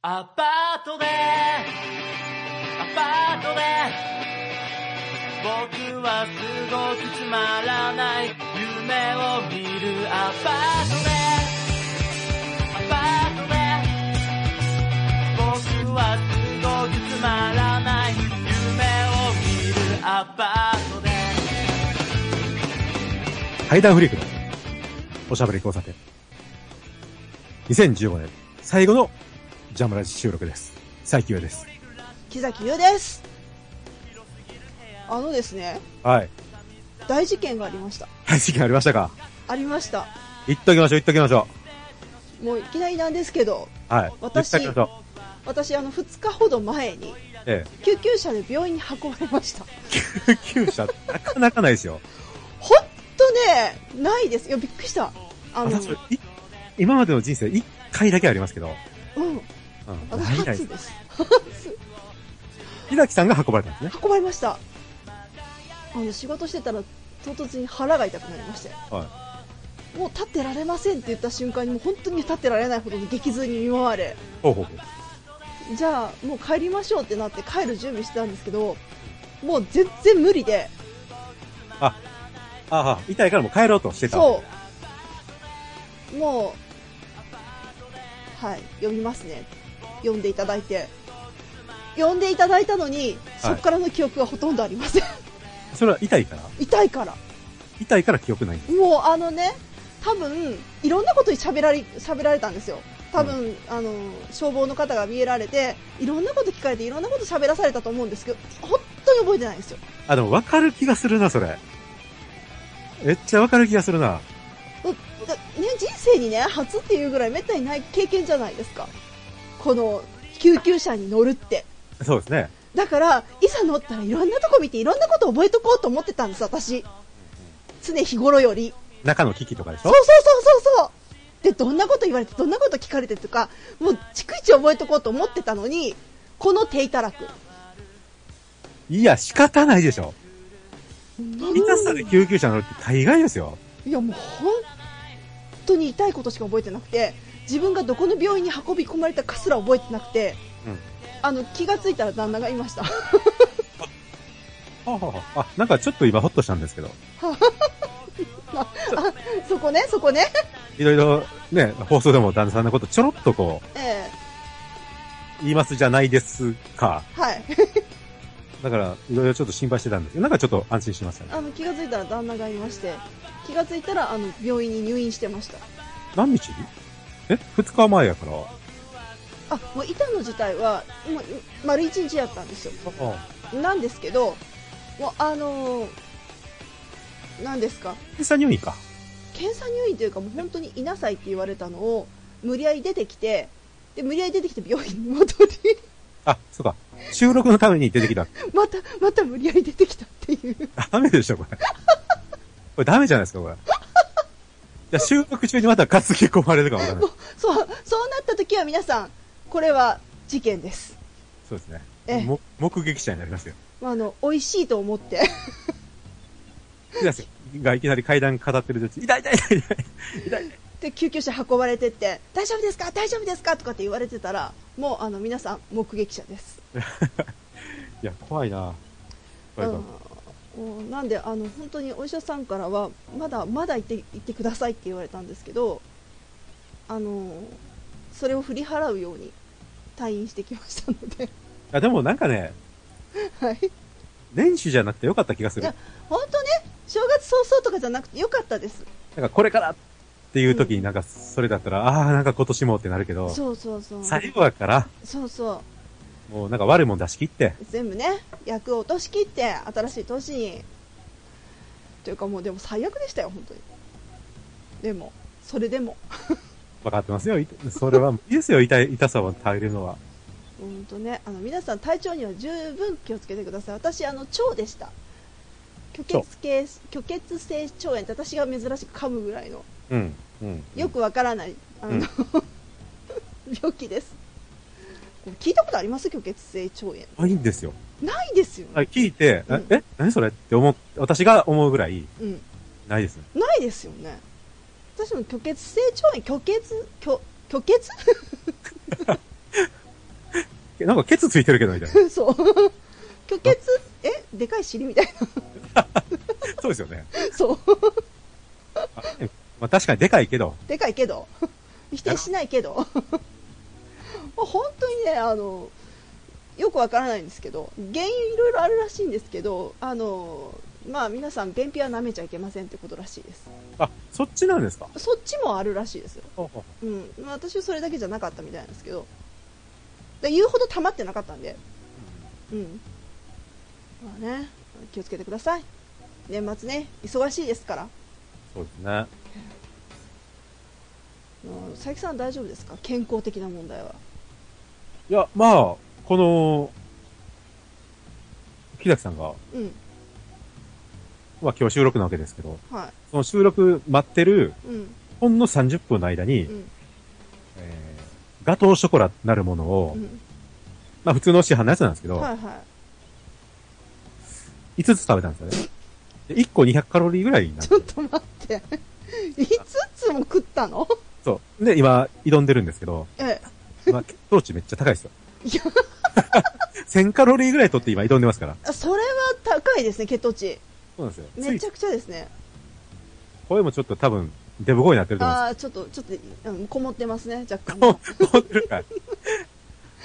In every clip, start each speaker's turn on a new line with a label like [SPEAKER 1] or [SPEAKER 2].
[SPEAKER 1] アパートで、アパートで、僕はすごくつまらない夢を見るアパートで、アパートで、僕はすごくつまらない夢を見るアパートで、
[SPEAKER 2] ハイダンフリークのおしゃべり交差点。2015年最後のジャムラジ収録です。最強です。
[SPEAKER 3] 木崎優ですあのですね
[SPEAKER 2] はい。
[SPEAKER 3] 大事件がありました
[SPEAKER 2] はい、事件ありましたか
[SPEAKER 3] ありました
[SPEAKER 2] 言っときましょう、言っときましょ
[SPEAKER 3] もういきなりなんですけど
[SPEAKER 2] う。はい。
[SPEAKER 3] 私
[SPEAKER 2] 言っときましょ
[SPEAKER 3] 私あの2日ほど前に
[SPEAKER 2] う。え
[SPEAKER 3] 救急車で病院に運ばれました
[SPEAKER 2] え。救急車、なかなかないですよ。
[SPEAKER 3] ほんとねないですよびっくりしたあの
[SPEAKER 2] 私、い今までの人生一回だけありますけど。
[SPEAKER 3] うん
[SPEAKER 2] うん。
[SPEAKER 3] 私
[SPEAKER 2] ないない
[SPEAKER 3] 初です
[SPEAKER 2] ひらきさんが運ばれたんですね。
[SPEAKER 3] 運ばれましたあの仕事してたら唐突に腹が痛くなりまして
[SPEAKER 2] は
[SPEAKER 3] もう立ってられませんって言った瞬間にもう本当に立ってられないほどの激痛に見舞われ
[SPEAKER 2] い。ほうほうほう。
[SPEAKER 3] じゃあもう帰りましょうってなって帰る準備してたんですけどもう全然無理で
[SPEAKER 2] ああ、痛いからもう帰ろうとしてた。
[SPEAKER 3] そうもうはい呼びますね呼んでいただいて呼んでいただいたのにそこからの記憶がほとんどありません、
[SPEAKER 2] う。それは痛いから
[SPEAKER 3] 痛いから
[SPEAKER 2] 痛いから記憶ないんだ。
[SPEAKER 3] もうあのね多分いろんなことに喋られ喋られたんですよ多分、あの消防の方が見えられていろんなこと聞かれていろんなこと喋らされたと思うんですけど本当に覚えてないんですよ
[SPEAKER 2] あ、でも分かる気がするな、それ。めっちゃ分かる気がするな。
[SPEAKER 3] だだね、人生にね初っていうぐらいめったにない経験じゃないですかこの救急車に乗るって
[SPEAKER 2] そうですね。
[SPEAKER 3] だからいざ乗ったらいろんなとこ見ていろんなこと覚えとこうと思ってたんです私常日頃より
[SPEAKER 2] 中の危機とかでし
[SPEAKER 3] そう
[SPEAKER 2] ょ
[SPEAKER 3] そうそうそうそうでどんなこと言われてどんなこと聞かれてとかもう逐一覚えとこうと思ってたのにこの手いたらく
[SPEAKER 2] いや、仕方ないでしょ。
[SPEAKER 3] なん
[SPEAKER 2] 痛さで救急車乗るって大概ですよ。
[SPEAKER 3] いやもう本当に痛いことしか覚えてなくて自分がどこの病院に運び込まれたかすら覚えてなくて
[SPEAKER 2] うん。
[SPEAKER 3] あの気がついたら旦那がいました
[SPEAKER 2] はははあ、なんかちょっと今ホッとしたんですけど。
[SPEAKER 3] そこねそこね
[SPEAKER 2] いろいろね、放送でも旦那さんのことちょろっとこう、
[SPEAKER 3] ええ
[SPEAKER 2] 言いますじゃないですか。
[SPEAKER 3] はい
[SPEAKER 2] だから、いろいろちょっと心配してたんですけど、なんかちょっと安心しましたね。
[SPEAKER 3] あの気がついたら旦那がいまして気がついたらあの病院に入院してました
[SPEAKER 2] 何日え二日前やから。
[SPEAKER 3] あもう板の自体はもう丸一日やったんですよなんですけどもうあのーなんですか
[SPEAKER 2] 検査入院か。
[SPEAKER 3] 検査入院というかもう本当にいなさいって言われたのを無理やり出てきてで無理やり出てきて病院に戻り
[SPEAKER 2] あ、そうか。収録のために出てきた。
[SPEAKER 3] またまた無理やり出てきたっていう
[SPEAKER 2] ダメでしょ、これ。これダメじゃないですか、これ。いや、収録中にまた担ぎ込まれるかもわからない。
[SPEAKER 3] そうそうなった時は皆さんこれは事件です
[SPEAKER 2] そうですね。
[SPEAKER 3] ええ
[SPEAKER 2] も目撃者になりますよ。
[SPEAKER 3] まあ、あの美味しいと思って
[SPEAKER 2] いやがいきなり階段語ってる時、痛い痛い痛い痛い。
[SPEAKER 3] で救急車運ばれてって大丈夫ですか大丈夫ですかとかって言われてたらもうあの皆さん目撃者です、
[SPEAKER 2] いや、怖いな
[SPEAKER 3] う
[SPEAKER 2] 怖い怖い
[SPEAKER 3] ん、もうなんであの本当にお医者さんからはまだまだ行って行ってくださいって言われたんですけどあのそれを振り払うように退院してきましたので
[SPEAKER 2] いや、でもなんかね、
[SPEAKER 3] はい
[SPEAKER 2] 年始じゃなくてよかった気がす
[SPEAKER 3] い
[SPEAKER 2] る
[SPEAKER 3] や。本当ね正月早々とかじゃなくてよかったです
[SPEAKER 2] なんかこれからっていう時になんかそれだったら、ああ、なんか今年もってなるけど、
[SPEAKER 3] そうそうそう
[SPEAKER 2] 最後だから、
[SPEAKER 3] そうそう
[SPEAKER 2] もうなんか悪いもん出し切って、
[SPEAKER 3] 全部ね役を落としきって新しい年にというかもうでも最悪でしたよ本当にでもそれでも
[SPEAKER 2] 分かってますよ。いそれは、いいですよ、痛い、痛さを耐えるのは。
[SPEAKER 3] うんとねあの皆さん体調には十分気をつけてください私あの腸でした虚血系虚血性腸炎って私が珍しく噛むぐらいの
[SPEAKER 2] うん、うん。
[SPEAKER 3] よくわからないあの、
[SPEAKER 2] うん
[SPEAKER 3] 病気ですこれ聞いたことあります虚血性腸炎
[SPEAKER 2] あ。いいんですよ。
[SPEAKER 3] ないですよね、
[SPEAKER 2] あ聞いて、
[SPEAKER 3] うん
[SPEAKER 2] え、え何それって思う、私が思うぐらい、
[SPEAKER 3] うん
[SPEAKER 2] ないですね。
[SPEAKER 3] ないですよね私も虚血性腸炎虚血虚虚血
[SPEAKER 2] なんかケツついてるけど、みたい な。
[SPEAKER 3] そう。虚血えでかい尻みたい
[SPEAKER 2] そうですよね。
[SPEAKER 3] な。 そう。
[SPEAKER 2] あえまあ確かにでかいけど、
[SPEAKER 3] でかいけど。否定しないけど。もう本当にね、あの、よくわからないんですけど、原因いろいろあるらしいんですけど、あの、まあ皆さん便秘は舐めちゃいけませんってことらしいです。
[SPEAKER 2] あ、そっちなんですか
[SPEAKER 3] そっちもあるらしいですよ。
[SPEAKER 2] ほうほ
[SPEAKER 3] うん。まあ私はそれだけじゃなかったみたいなんですけど。で言うほど溜まってなかったんで。うん。まあね、気をつけてください。年末ね、忙しいですから。
[SPEAKER 2] うそうですね。
[SPEAKER 3] うん佐伯さん大丈夫ですか健康的な問題は。
[SPEAKER 2] いや、まあ、この、木崎さんが、
[SPEAKER 3] うん。
[SPEAKER 2] まあ今日収録なわけですけど、
[SPEAKER 3] は
[SPEAKER 2] その収録待ってる
[SPEAKER 3] い。うん。
[SPEAKER 2] ほんの30分の間に、
[SPEAKER 3] うん。
[SPEAKER 2] えーガトーショコラなるものを、
[SPEAKER 3] う
[SPEAKER 2] まあ普通の市販のやつなんですけ
[SPEAKER 3] ん。
[SPEAKER 2] ど、
[SPEAKER 3] はいは。
[SPEAKER 2] 5つ食べたんですよね。で1個200カロリーぐらいにないっ
[SPEAKER 3] ち
[SPEAKER 2] て
[SPEAKER 3] ょっと待って。5つも食ったの
[SPEAKER 2] そう。で、今、挑んでるんですけど、
[SPEAKER 3] ええ。
[SPEAKER 2] まあ、血糖値めっちゃ高いですよ。
[SPEAKER 3] いや、
[SPEAKER 2] 1000カロリーぐらい取って今挑んでますから。
[SPEAKER 3] それは高いですね、血糖値。
[SPEAKER 2] そうなんですよ。
[SPEAKER 3] めち
[SPEAKER 2] つい
[SPEAKER 3] ゃくちゃですね。
[SPEAKER 2] 声もちょっと多分、デブ声になってると思うん
[SPEAKER 3] ああ、ちょっと、ちょっと、うん、こもってますね、若干。
[SPEAKER 2] で
[SPEAKER 3] 若
[SPEAKER 2] すよ。思ってるから。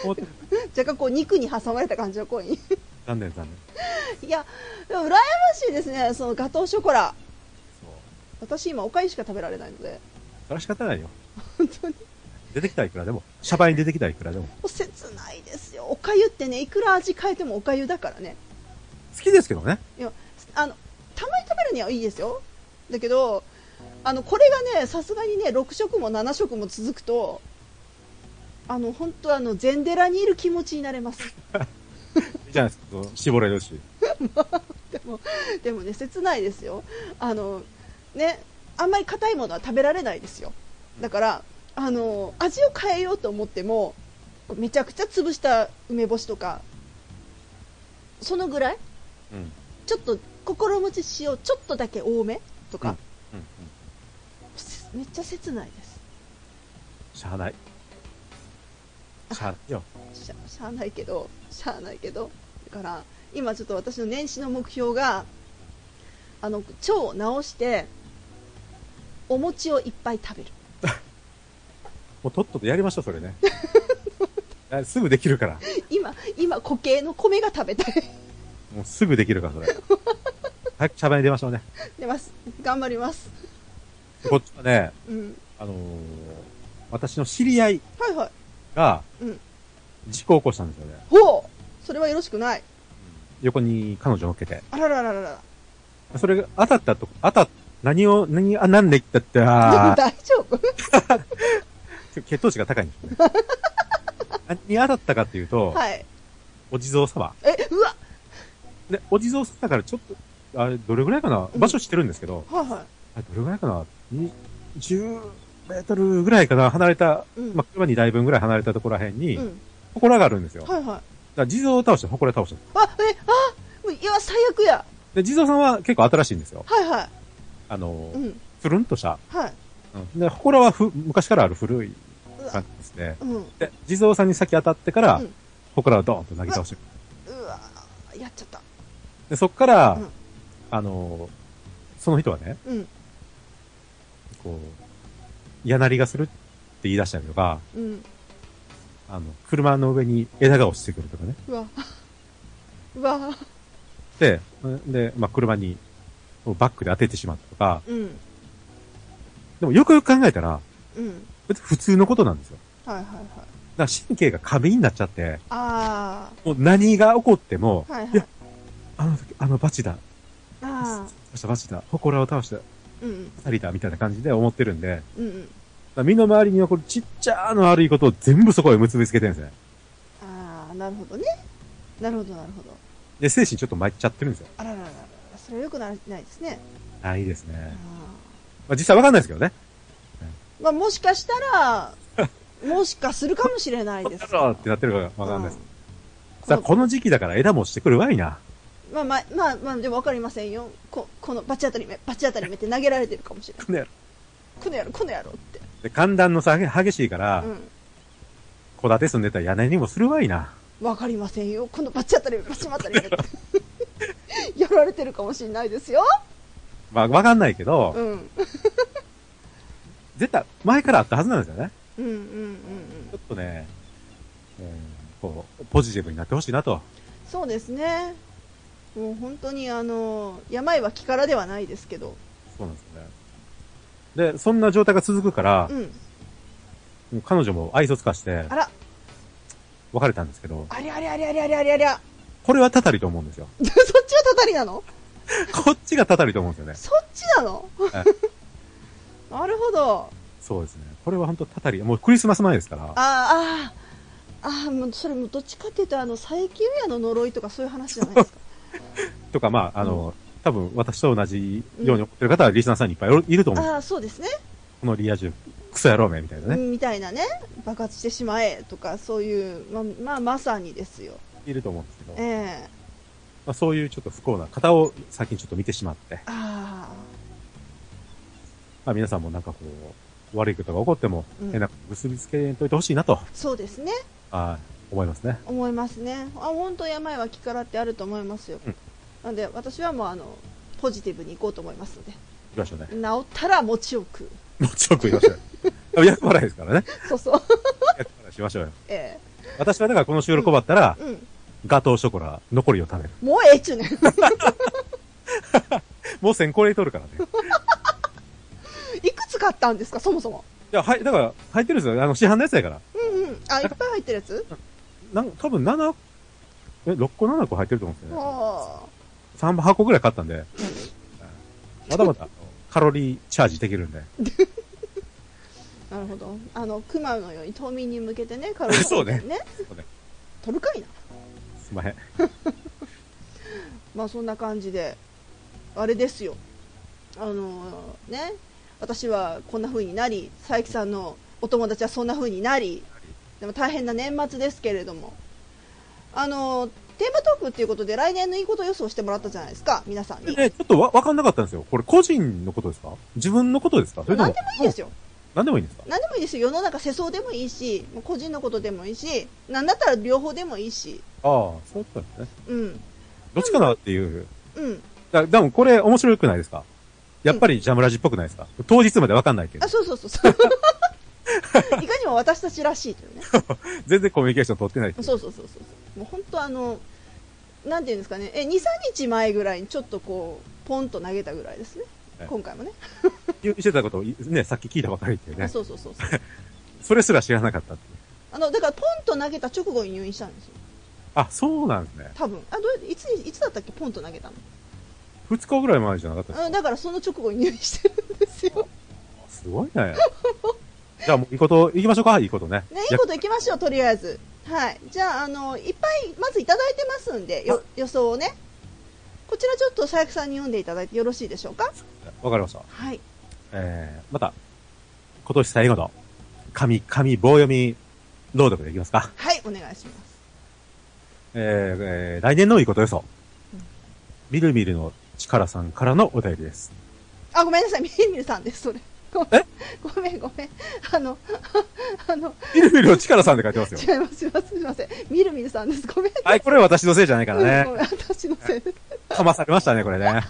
[SPEAKER 2] 思ってる。
[SPEAKER 3] 干こう、肉に挟まれた感じの声に。
[SPEAKER 2] 残念残念。
[SPEAKER 3] いや、でも羨ましいですね、そのガトーショコラ。
[SPEAKER 2] そう。
[SPEAKER 3] 私今、おかゆしか食べられないので。
[SPEAKER 2] それは仕方ないよ。
[SPEAKER 3] 本当に。
[SPEAKER 2] 出てきたらいくらでも。シャバに出てきたらいくらでも。
[SPEAKER 3] もう切ないですよ。おかゆってね、いくら味変えてもおかゆだからね。
[SPEAKER 2] 好きですけどね。
[SPEAKER 3] いやあのたまに食べるにはいいですよだけどあのこれがねさすがにね6食も7食も続くとあの本当あの禅寺にいる気持ちになれます
[SPEAKER 2] いいじゃないですか。そう絞れるし。
[SPEAKER 3] でも でもね切ないですよあのねあんまり硬いものは食べられないですよだからあの味を変えようと思ってもこうめちゃくちゃ潰した梅干しとかそのぐらい
[SPEAKER 2] うん。
[SPEAKER 3] ちょっと心持ち塩ちょっとだけ多めとか、
[SPEAKER 2] うんうん。うん。
[SPEAKER 3] せめっちゃ切ないです
[SPEAKER 2] しゃあない。しゃあないよ。
[SPEAKER 3] しゃしゃあないけどしゃあないけどだから今ちょっと私の年始の目標があの腸を治してお餅をいっぱい食べる
[SPEAKER 2] もうとっととやりましょう、それ ね。あすぐできるから。
[SPEAKER 3] 今今固形の米が食べたい
[SPEAKER 2] もうすぐできるから、それ。早くシャバに出ましょうね。
[SPEAKER 3] 出ます頑張ります
[SPEAKER 2] こっちはね、
[SPEAKER 3] うん
[SPEAKER 2] あのー私の知り合い
[SPEAKER 3] はいはい
[SPEAKER 2] が
[SPEAKER 3] うん、
[SPEAKER 2] 事故を起こしたんですよね。
[SPEAKER 3] ほうそれはよろしくない
[SPEAKER 2] 横に彼女を乗っけて。
[SPEAKER 3] あららららら
[SPEAKER 2] それが当たったとこ、当たっ、何を、何、あ、なんで言ったって、
[SPEAKER 3] ら
[SPEAKER 2] あ
[SPEAKER 3] 大丈夫
[SPEAKER 2] ー血糖値が高いん ですね。何に当たったかっていうと、
[SPEAKER 3] はい
[SPEAKER 2] お地蔵様。
[SPEAKER 3] えうわ
[SPEAKER 2] で、お地蔵様だからちょっと、あれ、どれぐらいかな
[SPEAKER 3] うん
[SPEAKER 2] 場所知ってるんですけど、
[SPEAKER 3] はいは
[SPEAKER 2] あれどれぐらいかなに ?10 メートルぐらいかな離れた、
[SPEAKER 3] いうん、
[SPEAKER 2] まあ、車2台分ぐらい離れたところら辺に
[SPEAKER 3] う、ん、
[SPEAKER 2] 祠があるんですよ。だか
[SPEAKER 3] はいはい
[SPEAKER 2] ら地蔵を倒して、祠倒して。
[SPEAKER 3] あえあもういや最悪や
[SPEAKER 2] で、地蔵さんは結構新しいんですよ。
[SPEAKER 3] はいは
[SPEAKER 2] あの
[SPEAKER 3] い、う
[SPEAKER 2] ー、
[SPEAKER 3] ん、
[SPEAKER 2] つるんとした。
[SPEAKER 3] はい
[SPEAKER 2] で、祠はふ、昔からある古いう
[SPEAKER 3] わ
[SPEAKER 2] 感じですね。
[SPEAKER 3] うん
[SPEAKER 2] で、地蔵さんに先当たってから
[SPEAKER 3] うん、
[SPEAKER 2] 祠をドーンと投げ倒してる。
[SPEAKER 3] うわやっちゃった
[SPEAKER 2] で、そっから
[SPEAKER 3] うん、
[SPEAKER 2] あのー、その人はね、
[SPEAKER 3] うん
[SPEAKER 2] こう、嫌なりがするって言い出したりとか、
[SPEAKER 3] うん
[SPEAKER 2] あの、車の上に枝が落ちてくるとかね。
[SPEAKER 3] うわ うわ
[SPEAKER 2] で、で、まあ、車に、バックで当ててしまったとか、
[SPEAKER 3] うん
[SPEAKER 2] でもよくよく考えたら、
[SPEAKER 3] うん
[SPEAKER 2] 別に普通のことなんですよ。
[SPEAKER 3] はいはいはい
[SPEAKER 2] だから神経が過敏になっちゃって、
[SPEAKER 3] あ
[SPEAKER 2] もう何が起こっても
[SPEAKER 3] あ、はいはい
[SPEAKER 2] いやあの時、あのバチだ、
[SPEAKER 3] ああ
[SPEAKER 2] 倒したバチだ、祠を倒した、
[SPEAKER 3] うん
[SPEAKER 2] 二人だ、みたいな感じで思ってるんで、だか
[SPEAKER 3] うんうん
[SPEAKER 2] ら身の回りに起こるちっちゃな悪いことを全部そこへ結びつけてるんですね。
[SPEAKER 3] ああなるほどねなるほどなるほど
[SPEAKER 2] で、精神ちょっと参っちゃってるんですよ。
[SPEAKER 3] あららららそれはよくならないですね
[SPEAKER 2] ないです
[SPEAKER 3] あ
[SPEAKER 2] ね。
[SPEAKER 3] あ
[SPEAKER 2] まあ、実際わかんないですけどね。
[SPEAKER 3] まあもしかしたらもしかするかもしれないです
[SPEAKER 2] だろうってなってるからわかんないです。
[SPEAKER 3] うん
[SPEAKER 2] さあ、この時期だから枝もしてくるわいな。
[SPEAKER 3] まあまあまあまあでもわかりませんよここのバチ当たり目バチ当たり目って投げられてるかもしれない
[SPEAKER 2] この野郎
[SPEAKER 3] この野郎この野郎って
[SPEAKER 2] で、寒暖の差が激しいから
[SPEAKER 3] う、ん
[SPEAKER 2] 小建て住んでたら屋根にもするわいな。
[SPEAKER 3] わかりませんよ。今度バッチ当たり、バッチ当たり。やられてるかもしれないですよ。
[SPEAKER 2] まあ、わかんないけど、
[SPEAKER 3] うん。うん
[SPEAKER 2] 絶対、前からあったはずなんですよね。
[SPEAKER 3] うんうんうん。
[SPEAKER 2] ちょっとね、うん、こう、ポジティブになってほしいなと。
[SPEAKER 3] そうですね。もう本当にあの、病は気からではないですけど。
[SPEAKER 2] そうなんですよね。で、そんな状態が続くから
[SPEAKER 3] う、ん。
[SPEAKER 2] もう彼女も愛想つかして
[SPEAKER 3] あ、ら、
[SPEAKER 2] 別れたんですけど、
[SPEAKER 3] ありゃありゃありゃありゃありゃありゃありゃ。
[SPEAKER 2] これはたたりと思うんですよ。
[SPEAKER 3] そっちはたたりなの
[SPEAKER 2] こっちがたたりと思うんです
[SPEAKER 3] そっち なの
[SPEAKER 2] よね。え
[SPEAKER 3] なるほど。
[SPEAKER 2] そうですね。これは本当たたり、もうクリスマス前ですから。
[SPEAKER 3] ああ、あーあー、もうそれもどっちかっていうと、あの、佐伯親の呪いとかそういう話じゃないですか。
[SPEAKER 2] とか、まあ、あの、多分私と同じように思ってる方はリスナーさんにいっぱいおるいると思うんですよ
[SPEAKER 3] ああ、そうですね
[SPEAKER 2] このリア充、クソ野郎めみたいなね。
[SPEAKER 3] みたいなね。爆発してしまえとか、そういう、ま、まあ、まさにですよ。
[SPEAKER 2] いると思うんですけど、ま
[SPEAKER 3] ええ
[SPEAKER 2] あ、そういうちょっと不幸な方を最近ちょっと見てしまって、
[SPEAKER 3] あ
[SPEAKER 2] まあ皆さんもなんかこう、悪いことが起こっても、
[SPEAKER 3] うん
[SPEAKER 2] 変なこと結びつけといてほしいなと、
[SPEAKER 3] あ、そうですね。
[SPEAKER 2] はい、思いますね。
[SPEAKER 3] 思いますね。あ、本当病は気からってあると思いますよ。
[SPEAKER 2] うん
[SPEAKER 3] なんで、私はもう、あの、ポジティブに行こうと思いますので。
[SPEAKER 2] 行きましょうね。
[SPEAKER 3] 治ったら餅を食う。
[SPEAKER 2] もうちょっと行き ましょう。役払いですからね。
[SPEAKER 3] そうそう。
[SPEAKER 2] 役払いしましょうよ。
[SPEAKER 3] え
[SPEAKER 2] 私はだからこの収録終わったら
[SPEAKER 3] え、うん。
[SPEAKER 2] ガトーショコラ、残りを食べる。
[SPEAKER 3] もうええっちゅうねん。
[SPEAKER 2] もう先行で取るからね。
[SPEAKER 3] いくつ買ったんですか、そもそも。
[SPEAKER 2] いや、はい、だから、入ってるんですよ。あの、市販のやつやから。
[SPEAKER 3] うんうん。あ、いっぱい入ってるやつ
[SPEAKER 2] なん多分7、え、6個7個入ってると思うんですよね。
[SPEAKER 3] は
[SPEAKER 2] 3箱ぐらい買ったんで、まだまだカロリーチャージできるんで。
[SPEAKER 3] あ。なるほど。あの、熊のように冬眠に向けて ね、カロリーを
[SPEAKER 2] そうね
[SPEAKER 3] ね。
[SPEAKER 2] そうね
[SPEAKER 3] 取るかいな。
[SPEAKER 2] すんまへん。
[SPEAKER 3] まあそんな感じで、あれですよ。あのーね、私はこんな風になり、佐伯さんのお友達はそんな風になり、でも大変な年末ですけれども。あのーテーマトークっていうことで来年のいいこと予想してもらったじゃないですか、皆さんに。
[SPEAKER 2] でね、ちょっとわ、わかんなかったんですよ。これ個人のことですか自分のことですかそれとも
[SPEAKER 3] 何でもいいですよ。
[SPEAKER 2] 何でもいいんですか
[SPEAKER 3] 何でもいいですよ世の中世相でもいいしもう個人のことでもいいし何だったら両方でもいいし
[SPEAKER 2] ああ、そういうことですね。
[SPEAKER 3] うん
[SPEAKER 2] どっちかなっていう。
[SPEAKER 3] うん
[SPEAKER 2] だ、でもこれ面白くないですかやっぱりジャムラジっぽくないですか当日までわかんないけど
[SPEAKER 3] あ。そうそうそうそう いかにも私たちらしいというね
[SPEAKER 2] 全然コミュニケーション取ってないっていう
[SPEAKER 3] そうそうそうそうそうもう本当あのなんていうんですかねえ23日前ぐらいにちょっとこうポンと投げたぐらいですね
[SPEAKER 2] はい
[SPEAKER 3] 今回もね
[SPEAKER 2] 言うしてたことをい、ね、さっき聞いたばかりっていう
[SPEAKER 3] あ
[SPEAKER 2] ね。
[SPEAKER 3] そうそうそうそう
[SPEAKER 2] それすら知らなかったっていう。
[SPEAKER 3] あのだからポンと投げた直後に入院したんですよ
[SPEAKER 2] あ、そうなんですね。
[SPEAKER 3] 多分あどういつにいつだったっけポンと投げた
[SPEAKER 2] 二日ぐらい前じゃなかったですか
[SPEAKER 3] の、うん、だからその直後に入院してるんですよ
[SPEAKER 2] すごいね。じゃあもういいこと、行きましょうか、いいことね。
[SPEAKER 3] ね、いいこと行きましょう、とりあえず。はい。じゃあ、あの、いっぱい、まずいただいてますんで、よ予想をね。こちらちょっと佐伯さんに読んでいただいてよろしいでしょうか
[SPEAKER 2] わかりました。
[SPEAKER 3] はい。
[SPEAKER 2] えー、また、今年最後の、紙、紙棒読み、朗読でいきますか。
[SPEAKER 3] はい、お願いします。
[SPEAKER 2] えー、えー来年のいいこと予想
[SPEAKER 3] うん。
[SPEAKER 2] みるみるの力さんからのお便りです。
[SPEAKER 3] あ、ごめんなさい、みるみるさんです、それ。ごめん
[SPEAKER 2] え、
[SPEAKER 3] ごめん、ごめん。あの、 あの、
[SPEAKER 2] みるみるの力さんって書いてますよ。
[SPEAKER 3] 違います、すいません、すいません。みるみるさんです、ごめん。
[SPEAKER 2] はい、これは私のせいじゃないか
[SPEAKER 3] うん
[SPEAKER 2] ら
[SPEAKER 3] ご
[SPEAKER 2] ね。
[SPEAKER 3] めん、私のせいです。
[SPEAKER 2] かまされましたね、これ ね。
[SPEAKER 3] は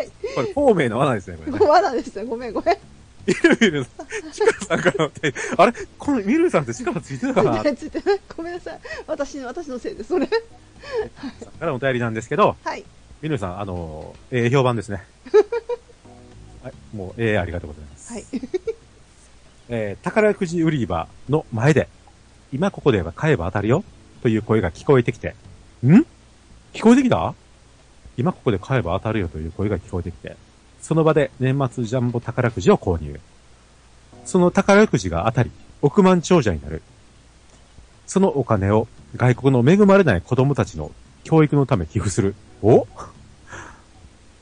[SPEAKER 3] い。
[SPEAKER 2] これ、孔明の罠ですね、これね。
[SPEAKER 3] ごわらですね、ごめん、ごめん。
[SPEAKER 2] みるみるの力さんからのお便り。あれこのみるみるさんって力ついてたかな
[SPEAKER 3] ついてない、ごめんなさい。私の、私のせいです、それ。
[SPEAKER 2] さんからのお便りなんですけど、
[SPEAKER 3] はい。
[SPEAKER 2] みるさん、あのー、ええ評判 ですね。はい、もう、ええありがとうございます。
[SPEAKER 3] はい。
[SPEAKER 2] えー宝くじ売り場の前で、今ここで買えば当たるよという声が聞こえてきて、ん聞こえてきた今ここで買えば当たるよという声が聞こえてきて、その場で年末ジャンボ宝くじを購入。その宝くじが当たり、億万長者になる。そのお金を外国の恵まれない子供たちの教育のため寄付する。お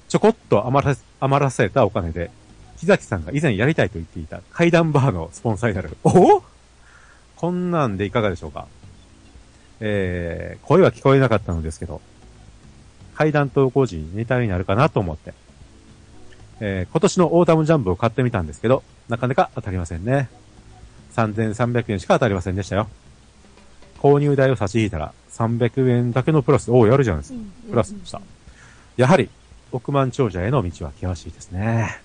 [SPEAKER 2] ちょこっと余らせ、余らされたお金で木崎さんが以前やりたいと言っていた階段バーのスポンサーになる。おおこんなんでいかがでしょうかえー、声は聞こえなかったのですけど、階段投稿時にネタになるかなと思って、えー、今年のオータムジャンプを買ってみたんですけど、なかなか当たりませんね。3300円しか当たりませんでしたよ。購入代を差し引いたら、300円だけのプラス、おお、やるじゃないですか。プラスでした。やはり、億万長者への道は険しいですね。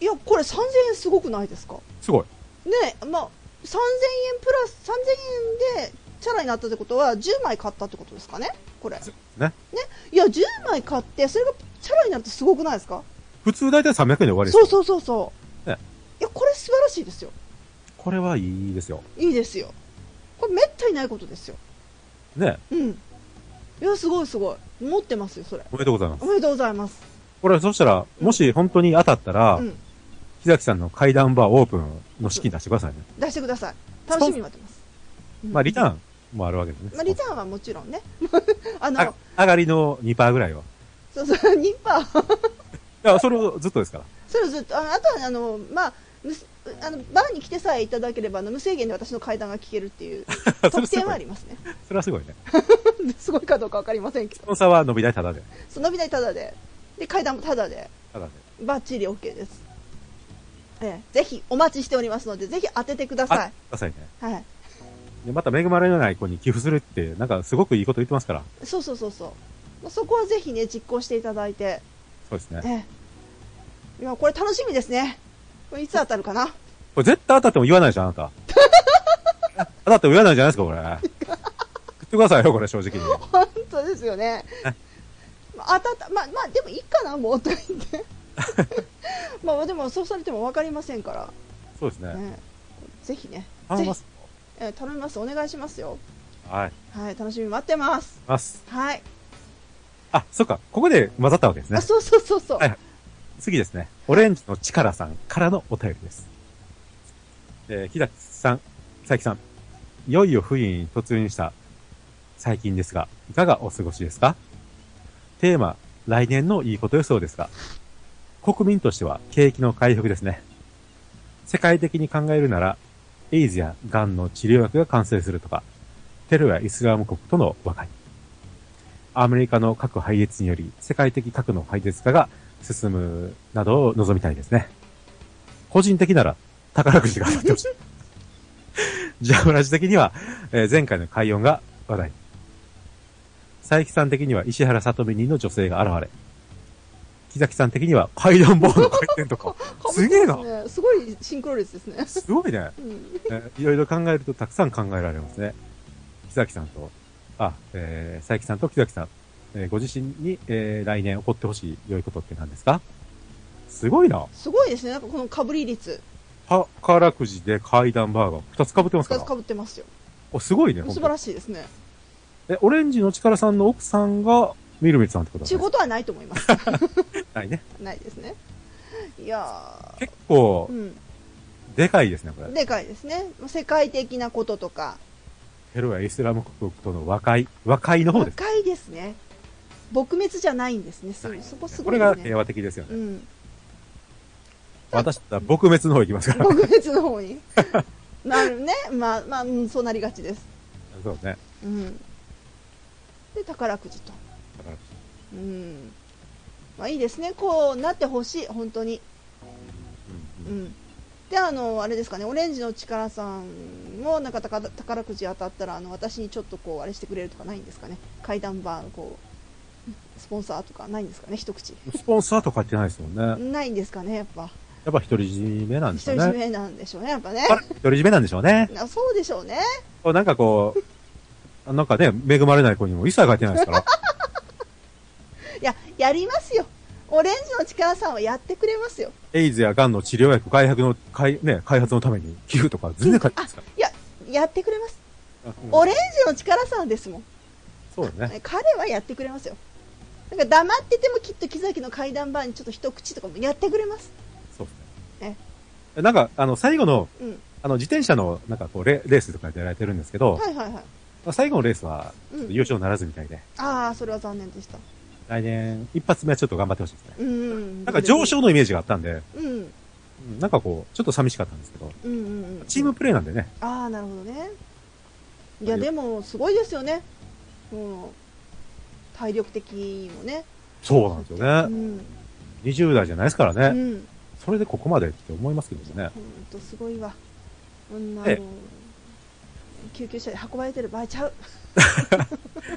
[SPEAKER 3] いやこれ3000円すごくないですかね
[SPEAKER 2] すごい。
[SPEAKER 3] えまあ3000円プラス3000円でチャラになったってことは10枚買ったってことですかねこれ
[SPEAKER 2] ね。
[SPEAKER 3] いや10枚買ってそれがチャラになるってすごくないですか
[SPEAKER 2] 普通大体300円で終わりです
[SPEAKER 3] そ
[SPEAKER 2] よ。
[SPEAKER 3] うそうそうそう、
[SPEAKER 2] ね
[SPEAKER 3] いやこれ素晴らしいですよ
[SPEAKER 2] これはいいですよ。
[SPEAKER 3] いいですよこれめったにないことですよ
[SPEAKER 2] ね。
[SPEAKER 3] うんいやすごいすごい持ってますよそれ
[SPEAKER 2] おめでとうございます。
[SPEAKER 3] おめでとうございます
[SPEAKER 2] これ、そしたら、もし本当に当たったら、
[SPEAKER 3] うん
[SPEAKER 2] 木崎さんの階段バーオープンの資金出してくださいね。
[SPEAKER 3] 出してください楽しみに待ってます
[SPEAKER 2] まあ、リター
[SPEAKER 3] ン
[SPEAKER 2] ンもあるわけですね。
[SPEAKER 3] まあリターンはもちろ んねあの
[SPEAKER 2] あ上がりの2%ぐらいは。
[SPEAKER 3] そうそう2パー
[SPEAKER 2] いや、それをずっとですから。
[SPEAKER 3] それずっとあのあとはあのまあむすあのバーに来てさえいただければあの無制限で私の階段が聞けるっていう
[SPEAKER 2] それ
[SPEAKER 3] 特
[SPEAKER 2] す
[SPEAKER 3] 典
[SPEAKER 2] ご
[SPEAKER 3] はいありますね
[SPEAKER 2] それはすごいね。
[SPEAKER 3] すごいかどうかわかりませんけど
[SPEAKER 2] スポンサーは伸びないただで。
[SPEAKER 3] そのび台ただでで階段もただで
[SPEAKER 2] ただで。
[SPEAKER 3] バッチリ OK です、ええ、ぜひお待ちしておりますのでぜひ当ててくださ
[SPEAKER 2] あくださいね。
[SPEAKER 3] い、はい、
[SPEAKER 2] で、また恵まれない子に寄付するって、なんかすごくいいこと言ってますから。
[SPEAKER 3] そうそうそうそうまあそこはぜひね実行していただいて、
[SPEAKER 2] そうですね。
[SPEAKER 3] ええ、いやこれ楽しみですねこれいつ当たるかな
[SPEAKER 2] これ絶対当たっても言わないじゃん、あな た。当たっても言わないじゃないですか、これ。食ってくださいよ、これ、正直に。
[SPEAKER 3] 本当ですよね。まあ当たった、まあ、まあ、でもいいかな、もうとか言って。 まあ、でも、そうされても分かりませんか
[SPEAKER 2] そうです
[SPEAKER 3] ら。
[SPEAKER 2] ね。
[SPEAKER 3] ね、ぜひね、
[SPEAKER 2] 頼みます。
[SPEAKER 3] えー頼みます、お願いしますよ。
[SPEAKER 2] はい。
[SPEAKER 3] はい、楽しみに待ってます。
[SPEAKER 2] ます。
[SPEAKER 3] はい、
[SPEAKER 2] あ、そっか。ここで混ざったわけですね
[SPEAKER 3] あ、。そうそうそうそう。
[SPEAKER 2] はい次ですね。オレンジの力さんからのお便りです。えー、木崎さん、佐伯さん。いよいよ冬に突入した最近ですが、いかがお過ごしですかテーマ、来年のいいこと予想ですが、国民としては景気の回復ですね。世界的に考えるなら、エイズやガンの治療薬が完成するとか、テロやイスラム国との和解。アメリカの核廃絶により、世界的核の廃絶化が進むなどを望みたいですね。個人的なら宝くじが当たってほしい。 ジャムラジ的には、えー前回の海音が話題。佐伯さん的には石原さとみ人の女性が現れ。木崎さん的には階段ボールの回転とか。すげえな
[SPEAKER 3] かぶってますね。すごいシンクロ率ですね。
[SPEAKER 2] すごいね。
[SPEAKER 3] うん、
[SPEAKER 2] えーいろいろ考えるとたくさん考えられますね。木崎さんと、あ、えー、佐伯さんと木崎さん、えーご自身に、えー来年起こってほしい良いことって何ですかすごいな。
[SPEAKER 3] すごいですね。なんかこのかぶり率、
[SPEAKER 2] は、宝くじで階段バーガー二つ被ってますか
[SPEAKER 3] 2つ
[SPEAKER 2] ら。
[SPEAKER 3] かぶってますよ。
[SPEAKER 2] お、すごいね、
[SPEAKER 3] 素
[SPEAKER 2] 本
[SPEAKER 3] 晴
[SPEAKER 2] 当
[SPEAKER 3] らしいですね。
[SPEAKER 2] え、オレンジの力さんの奥さんが、みるみるさんってことだ、ね。
[SPEAKER 3] ちゅうことはないと思います。
[SPEAKER 2] ないね。
[SPEAKER 3] ないですね。いや
[SPEAKER 2] 結
[SPEAKER 3] ー、
[SPEAKER 2] 構
[SPEAKER 3] う、ん。
[SPEAKER 2] でかいですね、これ。
[SPEAKER 3] でかいですね。まあ世界的なこととか、
[SPEAKER 2] ヘロやイスラム国との和解、和解の方です。
[SPEAKER 3] 高いですね。撲滅じゃないんですね。そそこす
[SPEAKER 2] こ
[SPEAKER 3] ご
[SPEAKER 2] れ
[SPEAKER 3] いで
[SPEAKER 2] が
[SPEAKER 3] すね
[SPEAKER 2] 平。和的ですよね。
[SPEAKER 3] うん。
[SPEAKER 2] 私だったら撲滅の方行きますから。
[SPEAKER 3] 撲滅の方に なるね。まあまあ、うん、そうなりがちです。
[SPEAKER 2] そうね。
[SPEAKER 3] うん。で宝くじと。
[SPEAKER 2] だから
[SPEAKER 3] うん。まあいいですね。こうなってほしい本当に。
[SPEAKER 2] うん
[SPEAKER 3] う
[SPEAKER 2] うん
[SPEAKER 3] ん。であのあれですかね。オレンジの力さんもなんか宝宝くじ当たったらあの私にちょっとこうあれしてくれるとかないんですかね。階段バーのこうスポンサーとかないんですかね。一口。
[SPEAKER 2] スポンサーとか言ってないですもんね。や
[SPEAKER 3] ないんですかね。やっぱ。
[SPEAKER 2] っぱ独り占めなんでしょ
[SPEAKER 3] 独
[SPEAKER 2] う
[SPEAKER 3] り占
[SPEAKER 2] ね。
[SPEAKER 3] めなんでしょうね、やっぱね
[SPEAKER 2] あ。ら独り占めなんでしょうね。
[SPEAKER 3] なそうでしょうね。
[SPEAKER 2] こうなんかこう、なんかね、恵まれない子にも一切書いてないです から。
[SPEAKER 3] いや、やりますよ。オレンジの力さんはやってくれますよ。
[SPEAKER 2] エイズやガンの治療薬開発の、開ね、開発のために寄付とか全然書いてないですか
[SPEAKER 3] いや、やってくれます。
[SPEAKER 2] ら。
[SPEAKER 3] オレンジの力さんですもん。
[SPEAKER 2] そうだね。
[SPEAKER 3] 彼はやってくれますよ。なんか黙っててもきっと木崎の階段バーにちょっと一口とかもやってくれます。
[SPEAKER 2] そうですね。えなんか、あの、最後の、
[SPEAKER 3] うん。
[SPEAKER 2] あの、自転車の、なんかこうレ、レースとかでやられてるんですけど、
[SPEAKER 3] はいはいはい。
[SPEAKER 2] まあ最後のレースは、
[SPEAKER 3] うん
[SPEAKER 2] 優勝ならずみたいで、
[SPEAKER 3] ああ、それは残念でした。
[SPEAKER 2] 来年、一発目はちょっと頑張ってほしいですね。
[SPEAKER 3] うん。
[SPEAKER 2] なんか上。昇のイメージがあったんで、
[SPEAKER 3] うん。うん
[SPEAKER 2] うんなんかこう、ちょっと寂しかったんですけど、
[SPEAKER 3] うんうん。
[SPEAKER 2] チームプレーなんでね、
[SPEAKER 3] ああ、なるほどね。いや、でも、すごいですよね。もう、体力的にもね。
[SPEAKER 2] そうなんですよね。
[SPEAKER 3] うん。
[SPEAKER 2] 20代じゃないですから
[SPEAKER 3] う
[SPEAKER 2] ね。
[SPEAKER 3] ん。
[SPEAKER 2] それでここまでって思いますけどね。
[SPEAKER 3] 本当すごいわ。あんな
[SPEAKER 2] ええ
[SPEAKER 3] もう救急車で運ばれてる場合ちゃう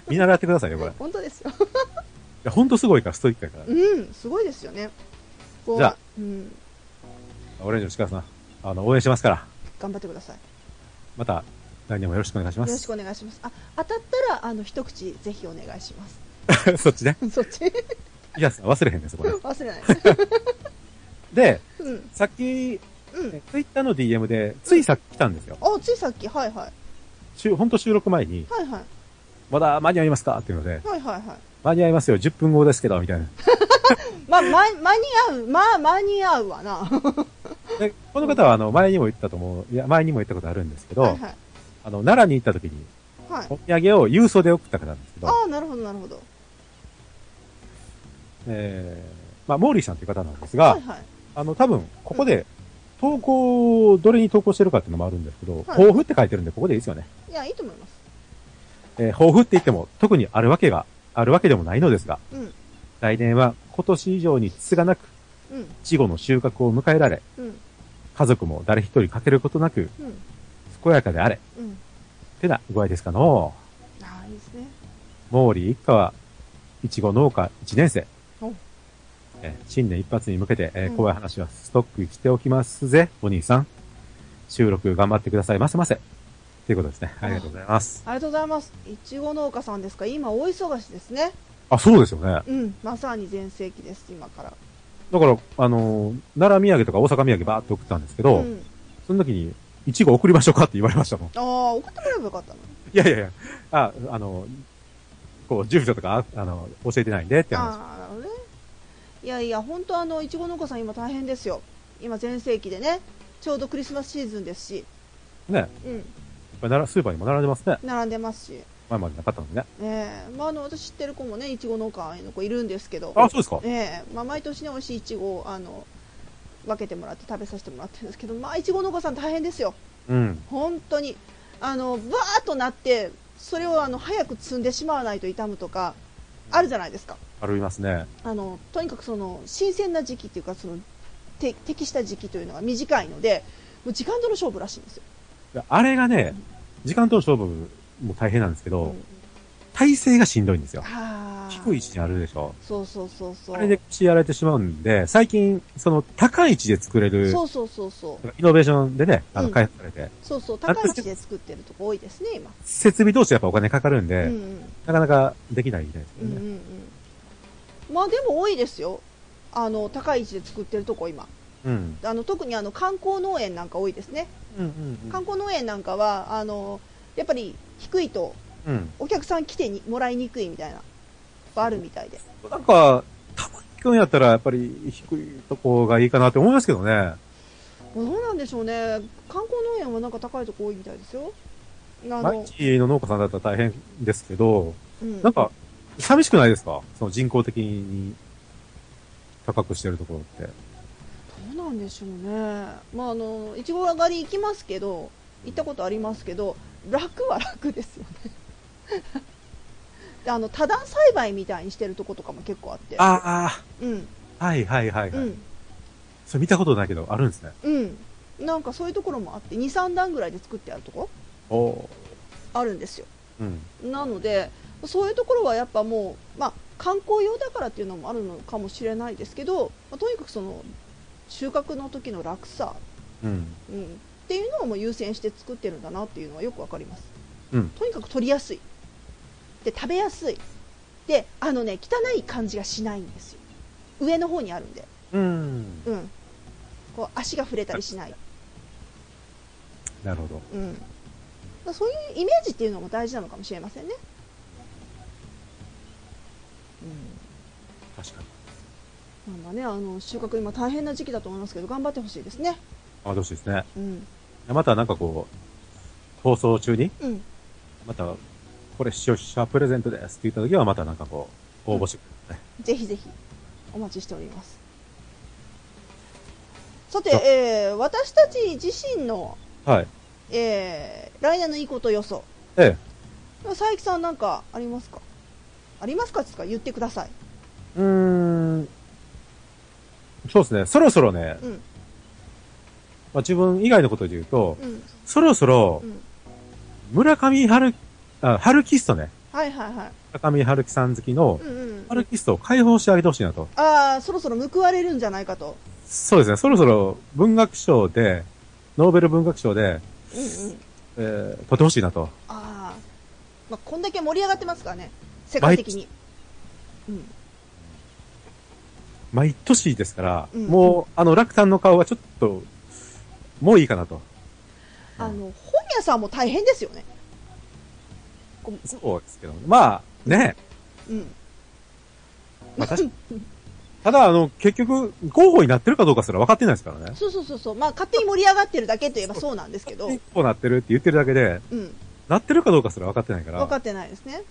[SPEAKER 2] 見習ってくださいよ、これ。い
[SPEAKER 3] 本当ですよ
[SPEAKER 2] や、ほんとすごいから、ストイックやから。
[SPEAKER 3] うんすごいですよねこう
[SPEAKER 2] じゃあ
[SPEAKER 3] うん、
[SPEAKER 2] オレンジの力さん、あの、応援してますから、
[SPEAKER 3] 頑張ってくださいよ
[SPEAKER 2] また来年もよろしくお願いしま
[SPEAKER 3] ろし
[SPEAKER 2] す。
[SPEAKER 3] くお願いしますあ当たったらあの一口ぜひお願いしま す
[SPEAKER 2] そっちね。
[SPEAKER 3] そっち
[SPEAKER 2] いや、忘れへんねん、そこね。
[SPEAKER 3] 忘 れない
[SPEAKER 2] で、
[SPEAKER 3] うん
[SPEAKER 2] さっき、
[SPEAKER 3] うん
[SPEAKER 2] ねツイッターの DM で、ついさっき来たんですよ。
[SPEAKER 3] あついさっきはいはい
[SPEAKER 2] しゅほんと収録前に、
[SPEAKER 3] はいはい
[SPEAKER 2] まだ間に合いますかっていうので、
[SPEAKER 3] はいはいはい
[SPEAKER 2] 間に合いますよ、10分後ですけど、みたいな。
[SPEAKER 3] まあ、ま、間に合う。まあ、間に合うわな。は
[SPEAKER 2] でこの方は、あの、前にも言ったと思う、いや、前にも言ったことあるんですけど、
[SPEAKER 3] いはい。
[SPEAKER 2] あの、奈良に行った時に、
[SPEAKER 3] はい。
[SPEAKER 2] お土産を郵送で送った方なんですけど、
[SPEAKER 3] ああ、なるほど、なるほど。
[SPEAKER 2] えー、まあ、モーリーさんという方なんですが、
[SPEAKER 3] はいはい。
[SPEAKER 2] あの、多分、ここで、投稿、どれに投稿してるかっていうのもあるんですけど、
[SPEAKER 3] はい
[SPEAKER 2] 抱負って書いてるんで、ここでいいですよね。
[SPEAKER 3] いや、いいと思います。
[SPEAKER 2] えー抱負って言っても、特にあるわけが、あるわけでもないのですが、
[SPEAKER 3] うん。
[SPEAKER 2] 来年は今年以上につつがなく、
[SPEAKER 3] うん。
[SPEAKER 2] いちごの収穫を迎えられ、
[SPEAKER 3] うん。
[SPEAKER 2] 家族も誰一人欠けることなく、
[SPEAKER 3] うん。
[SPEAKER 2] 健やかであれ、
[SPEAKER 3] うん。
[SPEAKER 2] ってな具合ですかのう。
[SPEAKER 3] ああ、いいですね。
[SPEAKER 2] モーリー一家は、いちご農家1年生
[SPEAKER 3] お。
[SPEAKER 2] えー新年一発に向けて、えー
[SPEAKER 3] うん
[SPEAKER 2] 怖い話はストックしておきますぜ、お兄さん。収録頑張ってくださいませませ。ということですね。ありがとうございます。
[SPEAKER 3] ありがとうございます。いちご農家さんですか今、大忙しですね。
[SPEAKER 2] あ、そうですよね。
[SPEAKER 3] うん。まさに全盛期です、今から。
[SPEAKER 2] だから、あのー奈良土産とか大阪土産バーって送ったんですけど、
[SPEAKER 3] ん。
[SPEAKER 2] その時に、いちご送りましょうかって言われましたもん。い
[SPEAKER 3] ああ、送ってもらえばよかったの。
[SPEAKER 2] やいやいや、あ、あの、こう、住所とか、あの、教えてないんでって話。
[SPEAKER 3] ああ、なるほどね。いやいや、本当あの、いちご農家さん今大変ですよ。今、全盛期でね。ちょうどクリスマスシーズンですし。
[SPEAKER 2] ね、
[SPEAKER 3] うん。
[SPEAKER 2] 奈良スーパーにも並んでますね。
[SPEAKER 3] 並んでますし。
[SPEAKER 2] 前までなかったのにね。
[SPEAKER 3] ねえまあ、あの私知ってる子もねいちご農家の子いるんですけど
[SPEAKER 2] あ、そうですか。
[SPEAKER 3] ええまあ、毎年ね美味しいいちごをあの分けてもらって食べさせてもらってるんですけどまあいちご農家さん大変ですよ
[SPEAKER 2] うん。
[SPEAKER 3] 本当にあのバーッとなってそれをあの早く摘んでしまわないと傷むとかあるじゃないですか
[SPEAKER 2] 歩いますね。
[SPEAKER 3] あのとにかくその新鮮な時期っていうかそのて適した時期というのが短いのでもう時間との勝負らしいんですよ、
[SPEAKER 2] あれがね、時間との勝負も大変なんですけど、
[SPEAKER 3] うん、
[SPEAKER 2] 体勢がしんどいんですよ。
[SPEAKER 3] はあ
[SPEAKER 2] 低い位置にあるでしょ。
[SPEAKER 3] そうそうそうそう
[SPEAKER 2] あれで腰やられてしまうんで、最近、その高い位置で作れる、
[SPEAKER 3] そうそうそうそう
[SPEAKER 2] イノベーションでね、あの、
[SPEAKER 3] うん
[SPEAKER 2] 開発されて、
[SPEAKER 3] そうそう、高い位置で作ってるとこ多いですね、今。
[SPEAKER 2] 設備同士やっぱお金かかるんで、
[SPEAKER 3] うんうん
[SPEAKER 2] なかなかできないみたいです
[SPEAKER 3] う
[SPEAKER 2] よ
[SPEAKER 3] んう
[SPEAKER 2] ね。
[SPEAKER 3] んうん。まあでも多いですよ。あの、高い位置で作ってるとこ今。
[SPEAKER 2] うん。
[SPEAKER 3] あの、特にあの、観光農園なんか多いですね。
[SPEAKER 2] うんうん
[SPEAKER 3] 観光農園なんかは、あの、やっぱり低いと
[SPEAKER 2] うん。うん。
[SPEAKER 3] お客さん来てにもらいにくいみたいな、あるみたいで。
[SPEAKER 2] なんか、たまきくんやったらやっぱり低いとこがいいかなって思いますけどね。
[SPEAKER 3] どうなんでしょうね。観光農園はなんか高いとこ多いみたいですよ。あ
[SPEAKER 2] マ
[SPEAKER 3] の
[SPEAKER 2] ッ、チの農家さんだったら大変ですけど、
[SPEAKER 3] うん
[SPEAKER 2] なんか、寂しくないですかその人工的に高くしてるところって。
[SPEAKER 3] どうなんでしょうね、まあ、あのいちご狩り行きますけど行ったことありますけど楽は楽ですよね であの多段栽培みたいにしてるとことかも結構あって
[SPEAKER 2] あ
[SPEAKER 3] うん
[SPEAKER 2] あ、はいはいはいは
[SPEAKER 3] う
[SPEAKER 2] い。
[SPEAKER 3] ん
[SPEAKER 2] それ見たことないけど、あるんですね。
[SPEAKER 3] うんなんかそういうところもあって23段ぐらいで作ってあるとこ
[SPEAKER 2] おお。
[SPEAKER 3] あるんですよ
[SPEAKER 2] うん。
[SPEAKER 3] なのでそういうところはやっぱもう、まあ、観光用だからっていうのもあるのかもしれないですけど、まあとにかくその収穫の時の楽さ
[SPEAKER 2] うん。
[SPEAKER 3] うん、っていうのをもう優先して作ってるんだなっていうのはよくわかります、
[SPEAKER 2] うん
[SPEAKER 3] とにかく取りやすいで食べやすいであのね汚い感じがしないんですよ上の方にあるんで、
[SPEAKER 2] うん。
[SPEAKER 3] うん、こう足が触れたりしない、
[SPEAKER 2] なるほど。
[SPEAKER 3] うん、だからそういうイメージっていうのも大事なのかもしれませんね、
[SPEAKER 2] 確かに。
[SPEAKER 3] うん、なんだねあの収穫今大変な時期だと思いますけど頑張ってほしいですね
[SPEAKER 2] あ、どうしてですね。
[SPEAKER 3] うん
[SPEAKER 2] またなんかこう、放送中に、
[SPEAKER 3] うん
[SPEAKER 2] また、これ視聴者プレゼントですって言った時は、またなんかこう、応募してください。
[SPEAKER 3] ぜひぜひお待ちしております。さて、
[SPEAKER 2] さ
[SPEAKER 3] えー私たち自身の、
[SPEAKER 2] はい。
[SPEAKER 3] えー来年のいいこと予想、
[SPEAKER 2] ええ。
[SPEAKER 3] 佐伯さん、なんかありますかありますかっていうか、言ってください。
[SPEAKER 2] うーん。そうですね。そろそろね、
[SPEAKER 3] うん、
[SPEAKER 2] まあ、自分以外のことで言うと、
[SPEAKER 3] うん、
[SPEAKER 2] そろそろ
[SPEAKER 3] うん、
[SPEAKER 2] 村上春、あ、春キストね。
[SPEAKER 3] はいはいはい。
[SPEAKER 2] 村上春樹さん好きの、
[SPEAKER 3] うんうん。
[SPEAKER 2] 春キストを解放してあげてほしいなと。
[SPEAKER 3] ああ、そろそろ報われるんじゃないかと。
[SPEAKER 2] そうですね、そろそろ文学賞で、ノーベル文学賞で、
[SPEAKER 3] うんうん。
[SPEAKER 2] えー、取ってほしいなと。
[SPEAKER 3] ああ。まあ、こんだけ盛り上がってますからね。世界的に。うん。
[SPEAKER 2] 毎年ですから、
[SPEAKER 3] うん
[SPEAKER 2] もう、あの、楽ンの顔はちょっと、もういいかなと。
[SPEAKER 3] あの、本屋さんも大変ですよね。こう
[SPEAKER 2] そうですけど、まあ、ね、
[SPEAKER 3] うん。
[SPEAKER 2] 私、 ただ、あの、結局、候補になってるかどうかすら分かってないですからね。
[SPEAKER 3] そうそうそうそう。まあ、勝手に盛り上がってるだけといえばそうなんですけど。
[SPEAKER 2] こうなってるって言ってるだけで、
[SPEAKER 3] うん。
[SPEAKER 2] なってるかどうかすら分かってないか、
[SPEAKER 3] 分からってないですね。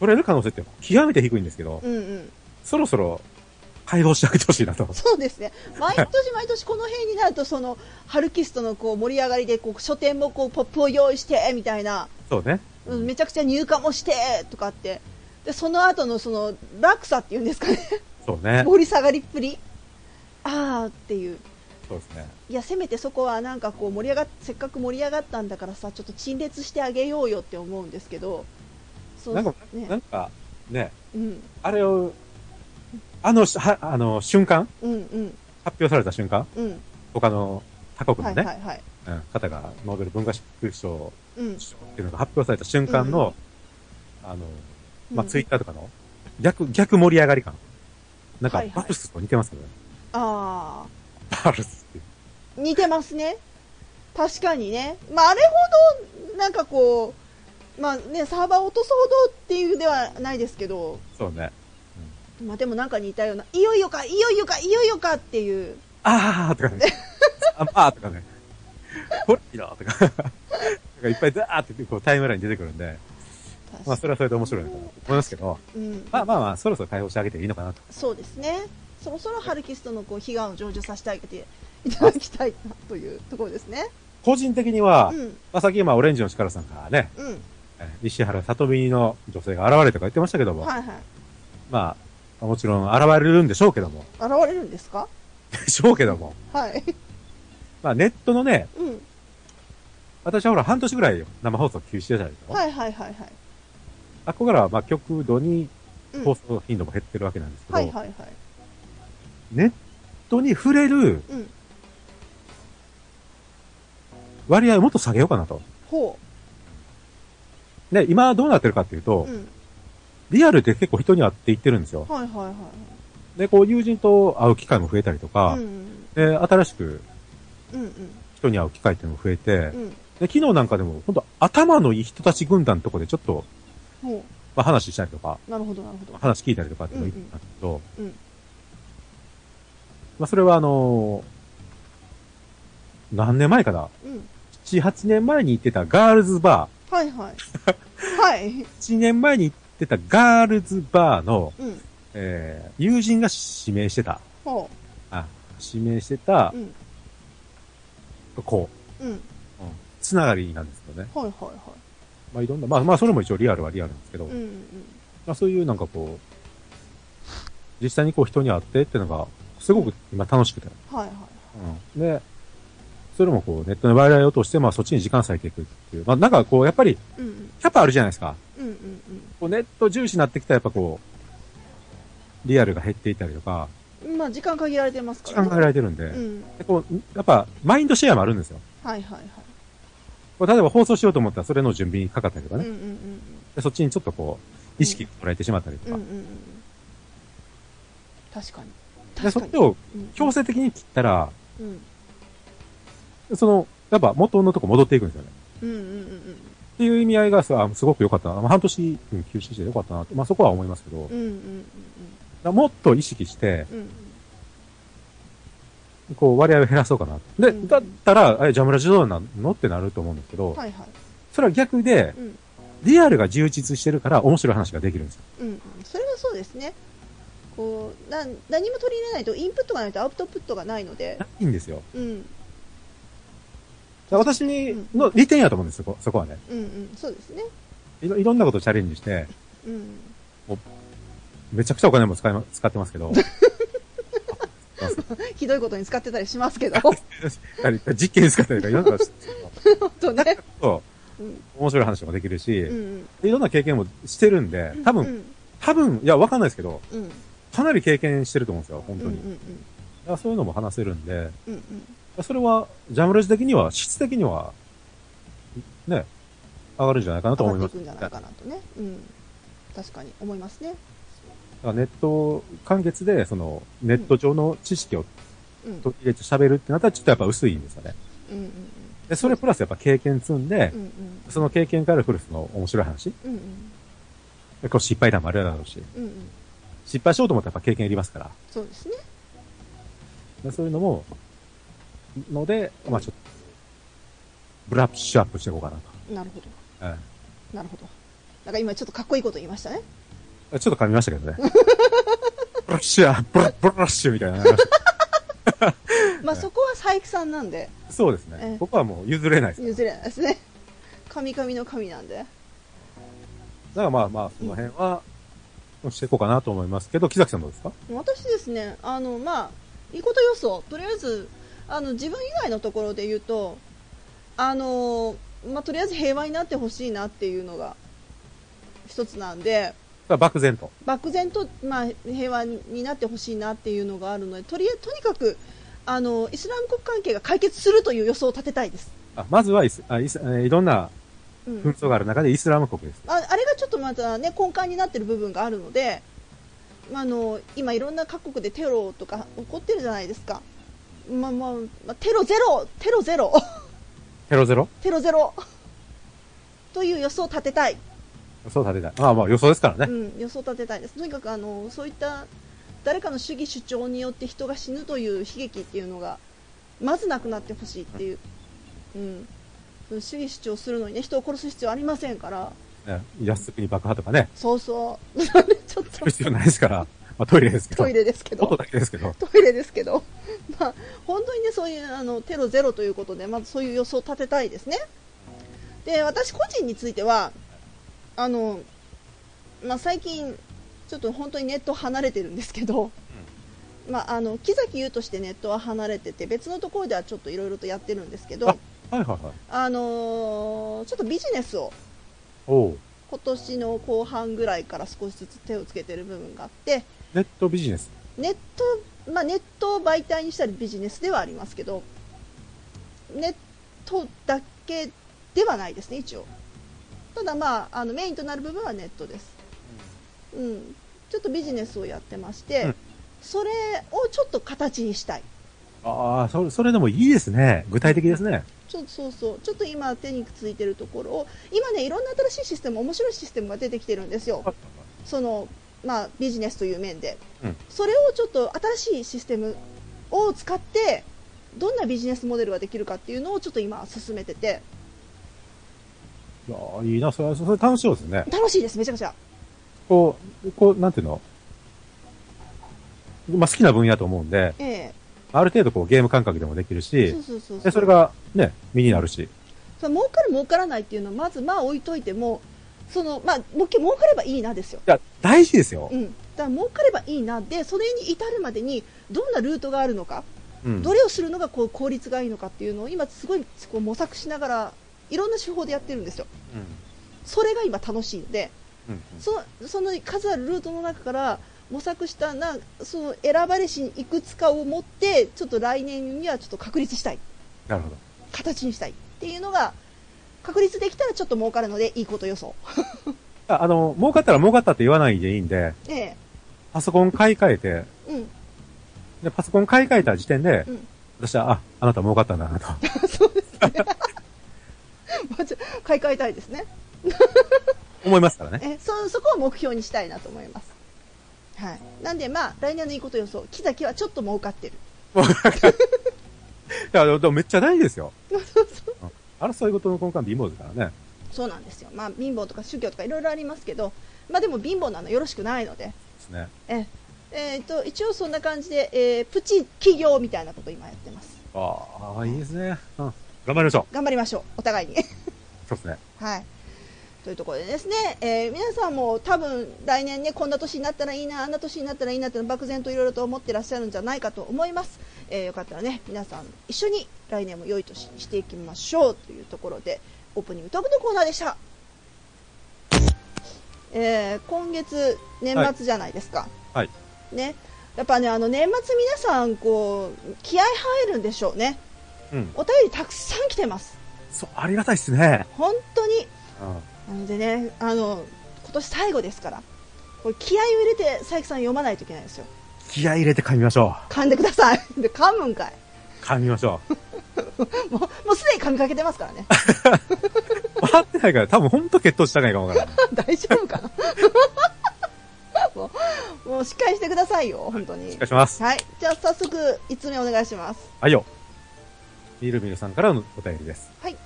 [SPEAKER 2] 取れる可能性って極めて低いんですけど、
[SPEAKER 3] うんうん。
[SPEAKER 2] そろそろ、解放してあげてほしいなと。
[SPEAKER 3] そうですね。毎年毎年この辺になると、その、ハルキストのこう盛り上がりで、こう、書店もこう、ポップを用意して、みたいな。
[SPEAKER 2] そうね。
[SPEAKER 3] うんめちゃくちゃ入荷もして、とかって。で、その後のその、落差っていうんですかね。
[SPEAKER 2] そうね。
[SPEAKER 3] 盛り下がりっぷり。あーっていう。
[SPEAKER 2] そうですね。
[SPEAKER 3] いやせめてそこはなんかこう盛り上がっせっかく盛り上がったんだからさちょっと陳列してあげようよって思うんですけどそう
[SPEAKER 2] なんか、
[SPEAKER 3] ね
[SPEAKER 2] なんか、ね、
[SPEAKER 3] うん
[SPEAKER 2] あれを、あの、はあの、瞬間
[SPEAKER 3] うんうん
[SPEAKER 2] 発表された瞬間
[SPEAKER 3] うん
[SPEAKER 2] 他の他国
[SPEAKER 3] は
[SPEAKER 2] の
[SPEAKER 3] い
[SPEAKER 2] ね、
[SPEAKER 3] はいはい
[SPEAKER 2] うん、方がノーベル文化賞
[SPEAKER 3] うん
[SPEAKER 2] っていうのが発表された瞬間の、あの、まあ、
[SPEAKER 3] うん
[SPEAKER 2] ツイッターとかの逆、逆盛り上がり感。なんか
[SPEAKER 3] はい、はい
[SPEAKER 2] バルスと似てますけどね。
[SPEAKER 3] あ
[SPEAKER 2] バルスっていう。
[SPEAKER 3] ー似てますね確かにねまああれほどなんかこうまあねサーバー落とすほどっていうではないですけど
[SPEAKER 2] そうね。
[SPEAKER 3] まあでもなんか似たようないよいよかいよいよかいよいよかっていう
[SPEAKER 2] あーとかね。あばーとかね。ほら、いいなとか。なんかいっぱいザーってこうタイムラインに出てくるんで、まあそれはそれで面白いのかなと思いますけど、
[SPEAKER 3] うん
[SPEAKER 2] まあまあまあ、そろそろ解放してあげていいのかなと。
[SPEAKER 3] そうですね。そろそろハルキストのこう悲願を成就させてあげていただきたいなというところですね。
[SPEAKER 2] 個人的には、
[SPEAKER 3] うん
[SPEAKER 2] まあさっき今オレンジの力さんからね、
[SPEAKER 3] うん
[SPEAKER 2] え石原さとみの女性が現れるとか言ってましたけども、
[SPEAKER 3] はいはい。
[SPEAKER 2] まあ、もちろん現れるんでしょうけども、
[SPEAKER 3] 現れるんですか？
[SPEAKER 2] でしょうけども、
[SPEAKER 3] はい。
[SPEAKER 2] まあネットのね、
[SPEAKER 3] うん
[SPEAKER 2] 私はほら半年ぐらい生放送休止してたでしょ、
[SPEAKER 3] はいはいはいはい。
[SPEAKER 2] あここからはまあ極度に
[SPEAKER 3] うん
[SPEAKER 2] 放送頻度も減ってるわけなんですけど、
[SPEAKER 3] はいはいはい。
[SPEAKER 2] ネットに触れる
[SPEAKER 3] うん
[SPEAKER 2] 割合をもっと下げようかなと。
[SPEAKER 3] ほ
[SPEAKER 2] ね、今どうなってるかっていうと、
[SPEAKER 3] ううん
[SPEAKER 2] リアルで結構人に会っていってるんですよ。
[SPEAKER 3] はいはい
[SPEAKER 2] で、こう友人と会う機会も増えたりとか、
[SPEAKER 3] はい。うん
[SPEAKER 2] で、新しく
[SPEAKER 3] うんうん
[SPEAKER 2] 人に会う機会っていうのも増えて、
[SPEAKER 3] うん
[SPEAKER 2] で、昨日なんかでも、本当頭のいい人たち軍団のとこでちょっと、
[SPEAKER 3] ほ
[SPEAKER 2] まあ、話したりとか、
[SPEAKER 3] うなるほどなるほど。
[SPEAKER 2] 話聞いたりとかっていうのを言ってたんですけど、
[SPEAKER 3] うんうんうん
[SPEAKER 2] まあ、それはあのー何年前かな
[SPEAKER 3] うん
[SPEAKER 2] ?7、8年前に行ってたガールズバ
[SPEAKER 3] はいはい はい
[SPEAKER 2] ー、7年前に行ってたガールズバーの、
[SPEAKER 3] うん
[SPEAKER 2] えー、友人が指名してた、
[SPEAKER 3] ほ
[SPEAKER 2] あ、指名してた
[SPEAKER 3] ううん
[SPEAKER 2] 子、
[SPEAKER 3] うん
[SPEAKER 2] つながりなんですけどね。
[SPEAKER 3] はいはいは
[SPEAKER 2] まあ、いろんな、まあ、まあ、それも一応リアルはリアルなんですけど、
[SPEAKER 3] い。うんうん
[SPEAKER 2] まあ、そういうなんかこう、実際にこう人に会ってっていうのが、すごく今楽しくて。
[SPEAKER 3] はいはい。
[SPEAKER 2] うん。で、それもこうネットの割合を落として、まあそっちに時間割いていくっていう。まあなんかこう、やっぱり
[SPEAKER 3] うんうん
[SPEAKER 2] キャパあるじゃないですか。
[SPEAKER 3] うんうんうん。
[SPEAKER 2] こうネット重視になってきたらやっぱこう、リアルが減っていたりとか、
[SPEAKER 3] まあ時間限られてますか
[SPEAKER 2] 時
[SPEAKER 3] ら、
[SPEAKER 2] 間が限られてるんで、
[SPEAKER 3] うん
[SPEAKER 2] でこう、やっぱマインドシェアもあるんですよ。
[SPEAKER 3] はいはい
[SPEAKER 2] こう例えば放送しようと思ったらそれの準備にかかったりとか
[SPEAKER 3] はい。
[SPEAKER 2] ね。
[SPEAKER 3] うんうんうん
[SPEAKER 2] でそっちにちょっとこう、意識が捉えてしまったりと
[SPEAKER 3] うん
[SPEAKER 2] か。
[SPEAKER 3] うんうんうん。確かに。
[SPEAKER 2] で、そっちを強制的に切ったら、
[SPEAKER 3] うんうん
[SPEAKER 2] その、やっぱ元のとこ戻っていくんですよね。
[SPEAKER 3] うんうんうん
[SPEAKER 2] っていう意味合いがさ、すごく良かったな。まあ、半年うん休止して良かったなって。まあ、そこは思いますけど、だか
[SPEAKER 3] うんうんうん
[SPEAKER 2] らもっと意識して、
[SPEAKER 3] うんうん
[SPEAKER 2] こう、割合を減らそうかな。で、
[SPEAKER 3] うん
[SPEAKER 2] だったら、え、ジャムラジどうなんのってなると思うんですけど、
[SPEAKER 3] はいはい
[SPEAKER 2] それは逆で、
[SPEAKER 3] うん
[SPEAKER 2] リアルが充実してるから面白い話ができるんですよ。
[SPEAKER 3] うんうんそれはそうですねこうなん何も取り入れないとインプットがないとアウトプットがないので
[SPEAKER 2] いいんですよ。
[SPEAKER 3] うんうん
[SPEAKER 2] だから私の利点やと思うんですよ、そこそこはね
[SPEAKER 3] うんそうですね
[SPEAKER 2] いろ。いろんなことチャレンジして、
[SPEAKER 3] うん
[SPEAKER 2] めちゃくちゃお金も使いま、使ってます けど、
[SPEAKER 3] ひどいことに使ってたりしますけど
[SPEAKER 2] 実験に使ったりとかいろんなことしてますけど
[SPEAKER 3] 本当ね
[SPEAKER 2] そう。
[SPEAKER 3] うん
[SPEAKER 2] 面白い話もできるし、
[SPEAKER 3] うん
[SPEAKER 2] いろんな経験もしてるんで
[SPEAKER 3] うん、
[SPEAKER 2] 多分、
[SPEAKER 3] うん
[SPEAKER 2] 多分、いや、わかんないですけど、
[SPEAKER 3] うんうん
[SPEAKER 2] かなり経験してると思うんですよ、本当に。
[SPEAKER 3] うん
[SPEAKER 2] だからそういうのも話せるんで、
[SPEAKER 3] うんうん
[SPEAKER 2] それは、ジャムラジ的には、質的には、ね、上がるんじゃないかなと
[SPEAKER 3] 上
[SPEAKER 2] 思い
[SPEAKER 3] が
[SPEAKER 2] ま
[SPEAKER 3] って
[SPEAKER 2] す。
[SPEAKER 3] いくんじゃないかなとね、うん、確かに思いますね、
[SPEAKER 2] だからネット完結で、その、ネット上の知識を
[SPEAKER 3] うんうん
[SPEAKER 2] 取り入れて喋るってなったら、ちょっとやっぱ薄いんですよね。
[SPEAKER 3] うんうん
[SPEAKER 2] で、それプラスやっぱ経験積んで
[SPEAKER 3] う、ん
[SPEAKER 2] その経験から来るその面白い話。
[SPEAKER 3] うんうん
[SPEAKER 2] でこう失敗談もあるだろうし、
[SPEAKER 3] うんうん
[SPEAKER 2] 失敗しようと思ったらやっぱ経験いりますから。
[SPEAKER 3] そうですね、
[SPEAKER 2] でそういうのも、ので、まあちょっと、ブラッシュアップしていこうかな
[SPEAKER 3] なるほど、
[SPEAKER 2] と。うん
[SPEAKER 3] なるほど、なんか今、ちょっとかっこいいこと言いましたね、
[SPEAKER 2] あちょっと噛みましたけ どね。ブラッシュや、ブラブラッシュみたいなのあり ましえ
[SPEAKER 3] まあ
[SPEAKER 2] え
[SPEAKER 3] そこは佐伯さんなんで、
[SPEAKER 2] た。そうです
[SPEAKER 3] え
[SPEAKER 2] ね
[SPEAKER 3] え。
[SPEAKER 2] ここはもう譲れないです。
[SPEAKER 3] 譲れないですね、神々の神なんで、
[SPEAKER 2] だからまあまあ、その辺は、していこうかなと思いますけど、木崎さんどうですか
[SPEAKER 3] 私ですね、あのまあ、いいこと予想、とりあえずあの自分以外のところで言うと、あのまあ、とりあえず平和になってほしいなっていうのが一つなんで、
[SPEAKER 2] が漠然と。
[SPEAKER 3] 漠然と、まあ、平和になってほしいなっていうのがあるので、とりあえずとにかくあのイスラム国関係が解決するという予想を立てたいです。
[SPEAKER 2] あまずはイスあイス、えーいろんな
[SPEAKER 3] うん
[SPEAKER 2] 紛争がある中でイスラム国です。
[SPEAKER 3] ああれがちょっとまた、ね、根幹になってる部分があるので、まあ、あの今、いろんな各国でテロとか起こってるじゃないですか、まあまあまあ、テロゼロ、テロゼロ、
[SPEAKER 2] テロゼロ
[SPEAKER 3] テロゼロ という予想を立てたい、
[SPEAKER 2] そう立てたい。まあまあ予想ですから
[SPEAKER 3] う
[SPEAKER 2] ね。
[SPEAKER 3] ん、予想を立てたいです、とにかくあのそういった誰かの主義主張によって人が死ぬという悲劇っていうのがまずなくなってほしいっていう、うん、その主義主張するのに、ね、人を殺す必要ありませんから、
[SPEAKER 2] ね安くに爆破とかね。
[SPEAKER 3] そうそう、 ちょっ
[SPEAKER 2] す
[SPEAKER 3] と
[SPEAKER 2] る必要ないです から。まあトイレですけど。
[SPEAKER 3] トイレですけど
[SPEAKER 2] 音。だけですけど。
[SPEAKER 3] トイレですけど、 まあ、本当にね、そういうあのテロゼロということで、まずそういう予想を立てたいですね。で、私個人については、あの、まあ、最近、ちょっと本当にネットを離れてるんですけど、まあ、あの木崎優としてネットは離れてて、別のところではちょっといろいろとやってるんですけど、あ
[SPEAKER 2] あ、はいはいはい。
[SPEAKER 3] のーちょっとビジネスを
[SPEAKER 2] おう
[SPEAKER 3] 今年の後半ぐらいから少しずつ手をつけてる部分があって、
[SPEAKER 2] ネットビジネス。
[SPEAKER 3] ネット、まあ、ネットを媒体にしたりビジネスではありますけど、ネットだけではないですね、一応。ただ、まあ、あのメインとなる部分はネットです。うん、ちょっとビジネスをやってまして、
[SPEAKER 2] うん
[SPEAKER 3] それをちょっと形にしたい。
[SPEAKER 2] ああ、それ、それでもいいですね。具体的ですね。
[SPEAKER 3] ちょっとそうそう、ちょっと今手についてるところを、今ね、いろんな新しいシステム、面白いシステムが出てきてるんですよ。その、まあ、ビジネスという面で、
[SPEAKER 2] うん
[SPEAKER 3] それをちょっと新しいシステムを使ってどんなビジネスモデルができるかっていうのをちょっと今進めてて
[SPEAKER 2] いやーいいな、それ、それ楽しそうですね。
[SPEAKER 3] 楽しいですめちゃくちゃ
[SPEAKER 2] こう、こう、なんていうのまあ、好きな分野だと思うんで、
[SPEAKER 3] え
[SPEAKER 2] ある程度こうゲーム感覚でもできる
[SPEAKER 3] え
[SPEAKER 2] し
[SPEAKER 3] そう、そうそうう
[SPEAKER 2] で、それがね、身になるし。
[SPEAKER 3] その儲かる儲からないっていうのをまずまあ置いといてもそのまあもう儲かればいいなですよ
[SPEAKER 2] いや、大事ですよ
[SPEAKER 3] う。んだから儲かればいいなでそれに至るまでにどんなルートがあるのか
[SPEAKER 2] うん。
[SPEAKER 3] どれをするのがこう効率がいいのかっていうのを今すごいこう模索しながらいろんな手法でやってるんですよそれが今楽しいんで
[SPEAKER 2] うんうん
[SPEAKER 3] そその数あるルートの中から模索したなその選ばれしいくつかを持ってちょっと来年にはちょっと確立したい
[SPEAKER 2] なるほど。
[SPEAKER 3] 形にしたいっていうのが確立できたらちょっと儲かるのでいいこと予想、
[SPEAKER 2] ああの、儲かったら儲かったって言わないでいいんで、
[SPEAKER 3] え
[SPEAKER 2] パソコン買い替えて、
[SPEAKER 3] えうん、
[SPEAKER 2] で、パソコン買い替えた時点で、
[SPEAKER 3] うん
[SPEAKER 2] 私は、あ、あなた儲かったんだなと。
[SPEAKER 3] まあちょ買い替えたいですね
[SPEAKER 2] 思いますからね。
[SPEAKER 3] えそそこを目標にしたいなと思います、はい、なんでまあ来年のいいこと予想木崎はちょっと儲かってる
[SPEAKER 2] いや、でもでもめっちゃ大事ですよ。うんあれ、そういうことの根幹貧乏ですからね。
[SPEAKER 3] そうなんですよまあ貧乏とか宗教とかいろいろありますけどまあでも貧乏なのはよろしくないので
[SPEAKER 2] ですね。
[SPEAKER 3] ええーと一応そんな感じで、えープチ企業みたいなこと今やってます
[SPEAKER 2] ああ、いいですね。うん。頑張りましょう。
[SPEAKER 3] 頑張りましょうお互いに
[SPEAKER 2] そうですね。
[SPEAKER 3] はいというところでですね、えー皆さんも多分来年ねこんな年になったらいいなあんな年になったらいいなって漠然といろいろと思ってらっしゃるんじゃないかと思います、えーよかったらね皆さん一緒に来年も良い年にしていきましょうというところでオープニングトークのコーナーでした。えー今月、年末じゃないですか。
[SPEAKER 2] はい
[SPEAKER 3] ね。やっぱね、あの、年末皆さん、こう、気合入るんでしょうね。
[SPEAKER 2] うん。
[SPEAKER 3] お便りたくさん来てます。
[SPEAKER 2] そう、ありがたいっすね。
[SPEAKER 3] 本当に。
[SPEAKER 2] うん。
[SPEAKER 3] なのでね、あの、今年最後ですから。これ気合を入れて、佐伯さん読まないといけないですよ。
[SPEAKER 2] 気合い入れて噛みましょ
[SPEAKER 3] 噛んでください。 で、噛むんかい。
[SPEAKER 2] う。噛みましょう。
[SPEAKER 3] もう、もうすでに噛みかけてますからね。
[SPEAKER 2] 笑ってないから、多分ほんと血糖値高いかもわからない。
[SPEAKER 3] 大丈夫かな もうもうしっかりしてくださいよ、本当に
[SPEAKER 2] 失。礼します。
[SPEAKER 3] はい、じゃあ早速、いつ目お願いします。
[SPEAKER 2] はいよ。みるみるさんからのお便りです。
[SPEAKER 3] はい。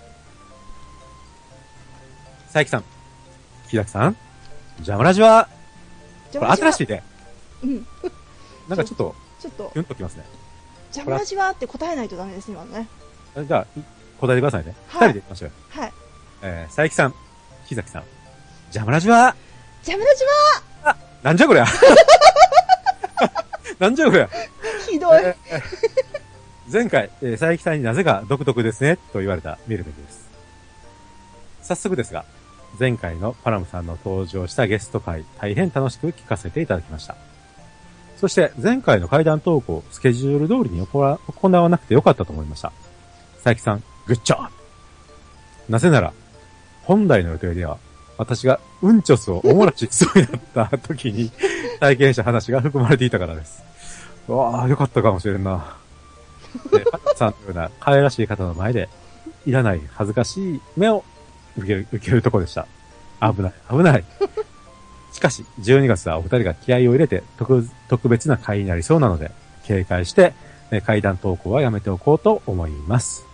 [SPEAKER 2] 佐伯さん。木崎さん。ジャムラジは、
[SPEAKER 3] ジ
[SPEAKER 2] これ新し
[SPEAKER 3] い。
[SPEAKER 2] いね。
[SPEAKER 3] うん、
[SPEAKER 2] なんかちょっと、
[SPEAKER 3] ちょっと
[SPEAKER 2] キ、ュンときますね。
[SPEAKER 3] ジャムラジはって答えないとダメですね、今のね。
[SPEAKER 2] じゃあ、答えてくださいね。二、
[SPEAKER 3] はい
[SPEAKER 2] 人で行きましょうよ。
[SPEAKER 3] はい。
[SPEAKER 2] えー、佐伯さん。木崎さん。ジャムラジは、
[SPEAKER 3] ジャムラジは
[SPEAKER 2] なんじゃこ りゃ。なんじゃこりゃ。
[SPEAKER 3] ひどい。
[SPEAKER 2] えー前回、えー佐伯さんになぜか独特ですね、と言われたミルメルです。早速ですが、前回のパラムさんの登場したゲスト会、大変楽しく聞かせていただきました。そして、前回の会談投稿、スケジュール通りに行わ行わなくてよかったと思いました。佐伯さん、グッジョブなぜなら、本来の予定では、私がうんちょすをおもらしそうになった時に 体験した話が含まれていたからです。うわあ、よかったかもしれんな。で、パッツさんのような可愛らしい方の前で、いらない恥ずかしい目を受ける、受けるとこでした。危ない、危ない。しかし、12月はお二人が気合を入れて特、特別な会になりそうなので、警戒して、え会談投稿はやめておこうと思います。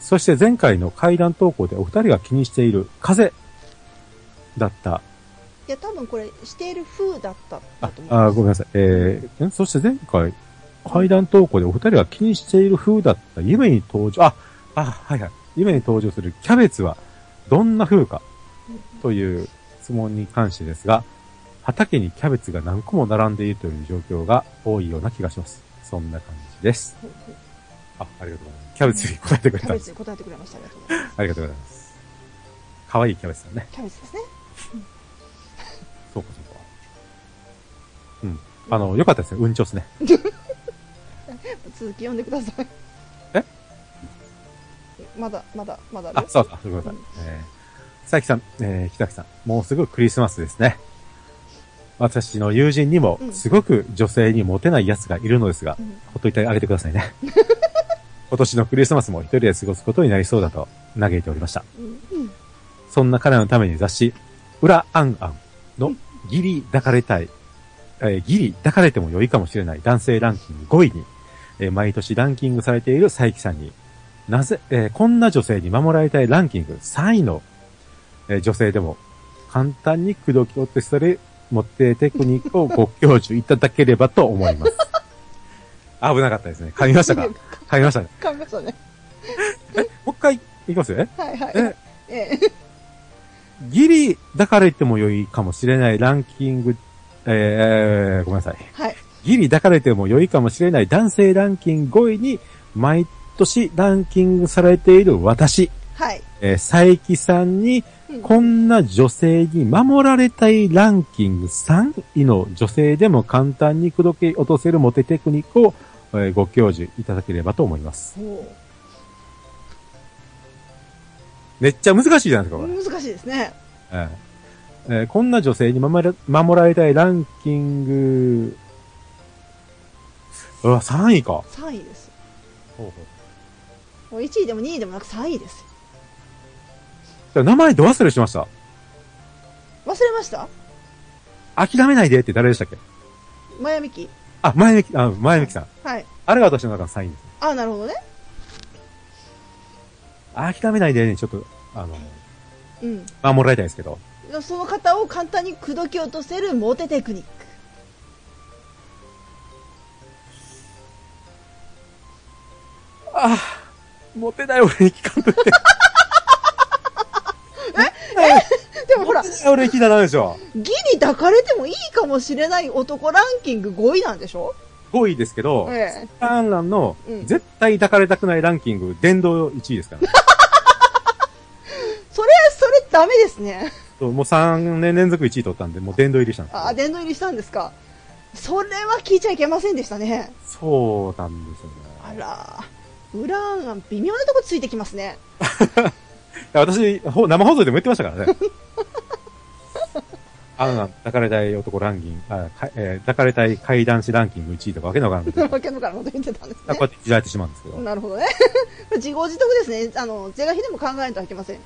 [SPEAKER 2] そして前回の会談投稿でお二人が気にしている風だった
[SPEAKER 3] いや、多分これ、している風だったんだ
[SPEAKER 2] あ
[SPEAKER 3] と、
[SPEAKER 2] あ
[SPEAKER 3] 思う。
[SPEAKER 2] ごめんなさい。えー、んそして前回、階段投稿でお二人が気にしている風だった夢に登場、あ、あ、はいはい。夢に登場するキャベツはどんな風かという質問に関してですが、畑にキャベツが何個も並んでいるという状況が多いような気がします。そんな感じです。あ、ありがとうございます。キャベツに答えてくれ
[SPEAKER 3] キ
[SPEAKER 2] た
[SPEAKER 3] ャ。 ベツに答えてくれましたね。
[SPEAKER 2] ありがとうございます。可愛いキャベツだね。
[SPEAKER 3] キャベツですね。
[SPEAKER 2] そうか、そうか。うん。あの、よかったですね。うんちょっすね。
[SPEAKER 3] 続き読んでください。
[SPEAKER 2] え
[SPEAKER 3] まだ、まだ、まだあ
[SPEAKER 2] あ
[SPEAKER 3] る、
[SPEAKER 2] そうか、ごめんなさい。えー、佐伯さん、えー、北木さん、もうすぐクリスマスですね。私の友人にも
[SPEAKER 3] う、ん
[SPEAKER 2] すごく女性にモテない奴がいるのですが、
[SPEAKER 3] うん
[SPEAKER 2] ほっといてあげてください ね。今年のクリスマスも一人で過ごすことになりそうだと嘆いておりました。
[SPEAKER 3] うんうん
[SPEAKER 2] そんな彼のために雑誌、裏あんあんのギリ抱かれたい、えーギリ抱かれても良いかもしれない男性ランキング5位に、えー毎年ランキングされている佐伯さんに、なぜ、えーこんな女性に守られたいランキング3位の、えー女性でも簡単に口説き落としされ、持ってテクニックをご教授いただければと思い ます。危なかったですね。噛みましたか噛みましたね。
[SPEAKER 3] 噛みましたね。
[SPEAKER 2] もう一回、いきますよね。
[SPEAKER 3] はいはい。
[SPEAKER 2] え
[SPEAKER 3] え
[SPEAKER 2] ギリ抱かれても良いかもしれないランキング、えー、ごめんなさい。
[SPEAKER 3] はい。
[SPEAKER 2] ギリ抱かれても良いかもしれない男性ランキング5位に、毎年ランキングされている私、
[SPEAKER 3] はい。
[SPEAKER 2] えー、佐伯さんに、
[SPEAKER 3] うん
[SPEAKER 2] こんな女性に守られたいランキング3位の女性でも簡単に口説き落とせるモテテクニックを、えーご教授いただければと思います。
[SPEAKER 3] ほう
[SPEAKER 2] めっちゃ難しいじゃないですか、これ。
[SPEAKER 3] 難しいですね。
[SPEAKER 2] えええーこんな女性に守ら守られたいランキング、うわ、3位か。
[SPEAKER 3] 3位です。もう1位でも2位でもなく3位です。
[SPEAKER 2] 名前ど忘れしました。
[SPEAKER 3] 忘れました
[SPEAKER 2] 諦めないでって誰でしたっけ
[SPEAKER 3] マヤミキ。
[SPEAKER 2] あ、前向き、あ、前向きさん。
[SPEAKER 3] はい。
[SPEAKER 2] あれが私の中の3位です。
[SPEAKER 3] あ、なるほどね。
[SPEAKER 2] 諦めないでね、ちょっと、あ
[SPEAKER 3] うん。
[SPEAKER 2] の、守られたいですけど。
[SPEAKER 3] その方を簡単に口説き落とせるモテテクニック。
[SPEAKER 2] ああ、モテない俺に聞かんといて。
[SPEAKER 3] でもほ
[SPEAKER 2] モ
[SPEAKER 3] ら、
[SPEAKER 2] テない俺に聞いたらダメでしょ。
[SPEAKER 3] ギリ抱かれてもいいかもしれない男ランキング5位なんでしょ
[SPEAKER 2] 5位ですけど、
[SPEAKER 3] ええ。
[SPEAKER 2] ターンランの
[SPEAKER 3] うん
[SPEAKER 2] 絶対抱かれたくないランキング、殿堂1位ですから、ね。
[SPEAKER 3] それ、それダメですね。
[SPEAKER 2] そうもう3年連続1位取ったんで、もう殿堂入りしたんですよ
[SPEAKER 3] あ、殿堂入りしたんですか。それは聞いちゃいけませんでしたね。
[SPEAKER 2] そうなんですよね。
[SPEAKER 3] あら、ウラーンが微妙なとこついてきますね。
[SPEAKER 2] いや私、ほ生放送でも言ってましたからね。 あの、抱かれたい男ランキング、あかえー抱かれたい怪談師ランキング1位とかわけのわからんこ
[SPEAKER 3] その
[SPEAKER 2] と
[SPEAKER 3] わけのからこと言ってたんです
[SPEAKER 2] こうや
[SPEAKER 3] ね。
[SPEAKER 2] っていじられてしまうんですけど。
[SPEAKER 3] なるほどね。 自業自得ですね。あの、是が非でも考えないといけません。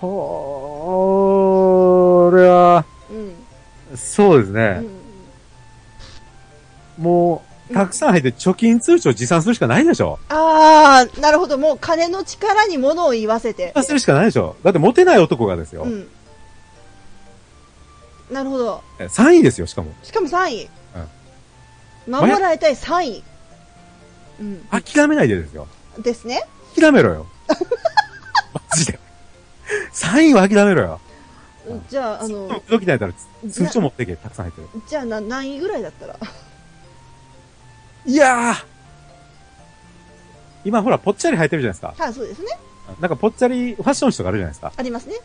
[SPEAKER 2] これは、
[SPEAKER 3] うん。
[SPEAKER 2] そうです
[SPEAKER 3] う
[SPEAKER 2] ね。
[SPEAKER 3] ん。
[SPEAKER 2] もう、たくさん入って貯金通帳持参するしかないでしょ。
[SPEAKER 3] ああ、なるほど。もう金の力に物を言わせて
[SPEAKER 2] 持。参するしかないでしょ。だってモテない男がですよ
[SPEAKER 3] う。ん。なるほど。
[SPEAKER 2] 3位ですよ、しかも。
[SPEAKER 3] しかも3位。守られたい3位。うん。
[SPEAKER 2] 諦めないでですよ。
[SPEAKER 3] ですね。
[SPEAKER 2] 諦めろよ。マジで。3位は諦めろよ。うん
[SPEAKER 3] じゃあ、あ
[SPEAKER 2] そんな
[SPEAKER 3] の、
[SPEAKER 2] 口説きないから通帳持ってけ、たくさん入ってる。
[SPEAKER 3] じゃあな何位ぐらいだったら。
[SPEAKER 2] いやー今ほら、ぽっちゃり履いてるじゃないですか。
[SPEAKER 3] はい、そうですね。
[SPEAKER 2] なんかぽっちゃりファッション誌とかあるじゃないですか。ぽ
[SPEAKER 3] ありますね。
[SPEAKER 2] っ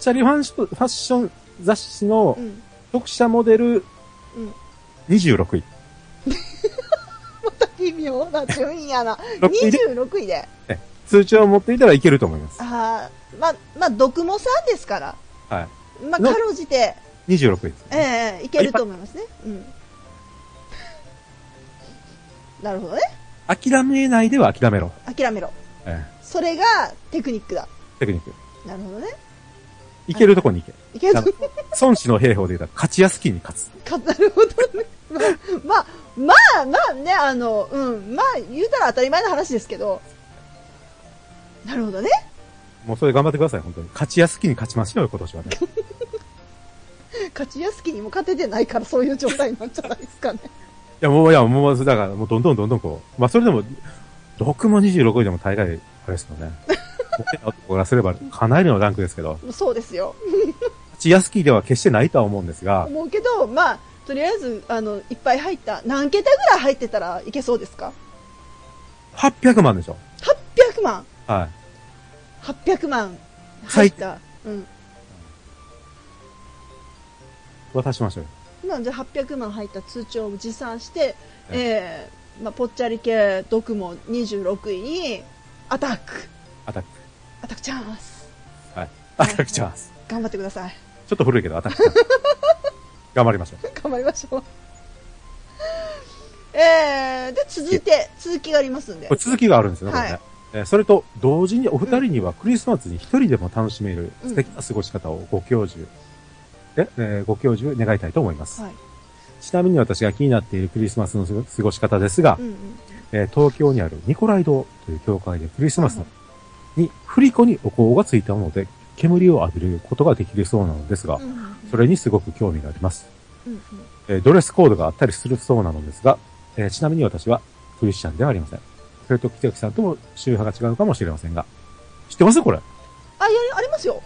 [SPEAKER 2] ちゃりファンシファッション雑誌の
[SPEAKER 3] うん。
[SPEAKER 2] 読者モデル
[SPEAKER 3] うん
[SPEAKER 2] 26位。
[SPEAKER 3] 微妙な順位やな。
[SPEAKER 2] 六位で
[SPEAKER 3] 26位で。
[SPEAKER 2] 通帳を持っていたらいけると思います。
[SPEAKER 3] ああ、まあ、まあ、毒もさんですから。
[SPEAKER 2] は
[SPEAKER 3] まあ、
[SPEAKER 2] の
[SPEAKER 3] かろうじて、
[SPEAKER 2] い。26位です。
[SPEAKER 3] ええいけると思いますね。うん。なるほどね。
[SPEAKER 2] 諦めないでは諦めろ。
[SPEAKER 3] 諦めろ。
[SPEAKER 2] え
[SPEAKER 3] それがテクニックだ。
[SPEAKER 2] えテクニック。
[SPEAKER 3] なるほどね。
[SPEAKER 2] いけるとこに行け。
[SPEAKER 3] いける
[SPEAKER 2] あの孫子の兵法で言うたら、勝ちやすきに勝つ。
[SPEAKER 3] かなるほどね。まあ、まあ、まあね、あの、うん、まあ、言うたら当たり前の話ですけど。なるほどね。
[SPEAKER 2] もうそれ頑張ってください、本当に。勝ちやすきに勝ちましょうよ、今年はね。
[SPEAKER 3] 勝ちやすきにも勝ててないからそういう状態なんじゃないですかね。
[SPEAKER 2] いや、もう、いや、もう、だから、もう、どんどんどんどんこう。まあ、それでも、6も26位でも大概、あれですけどね。僕ら男からすれば、かなりのランクですけど、
[SPEAKER 3] そうですよ。
[SPEAKER 2] チヤスキーでは決してないとは思うんですが、
[SPEAKER 3] 思うけど、まあ、とりあえず、あの、いっぱい入った、何桁ぐらい入ってたらいけそうですか
[SPEAKER 2] 800万でしょ。
[SPEAKER 3] ?800 万
[SPEAKER 2] はい。
[SPEAKER 3] !800 万入った。うん。
[SPEAKER 2] 渡しましょうよ。
[SPEAKER 3] なんで800万入った通帳を持参して、
[SPEAKER 2] え
[SPEAKER 3] えーまあ、ぽっちゃり系毒も26位に、アタック
[SPEAKER 2] アタック。
[SPEAKER 3] アタックチャンス
[SPEAKER 2] はい。アタックチャンス。
[SPEAKER 3] 頑張ってください。
[SPEAKER 2] ちょっと古いけど、アタックチャンス。頑張りましょう。
[SPEAKER 3] 頑張りましょう。 えー、で、続いて、続きがありますんで
[SPEAKER 2] これ。続きがあるんですよね、これね。
[SPEAKER 3] はい
[SPEAKER 2] えーそれと、同時にお二人にはクリスマスに一人でも楽しめる素敵な過ごし方をご教授、ええーご教授願いたいと思います。
[SPEAKER 3] はい。
[SPEAKER 2] ちなみに私が気になっているクリスマスの過ごし方ですが
[SPEAKER 3] う、んうん。
[SPEAKER 2] えー東京にあるニコライ堂という教会でクリスマスのに振り子にお香がついたもので煙を浴びることができるそうなのですが
[SPEAKER 3] う、んうん
[SPEAKER 2] それにすごく興味があります。
[SPEAKER 3] うんうん
[SPEAKER 2] えードレスコードがあったりするそうなのですが、えーちなみに私はクリスチャンではありません。それと北脇さんとも宗派が違うかもしれませんが。知ってますこれ。
[SPEAKER 3] あ、いや、ありますよ。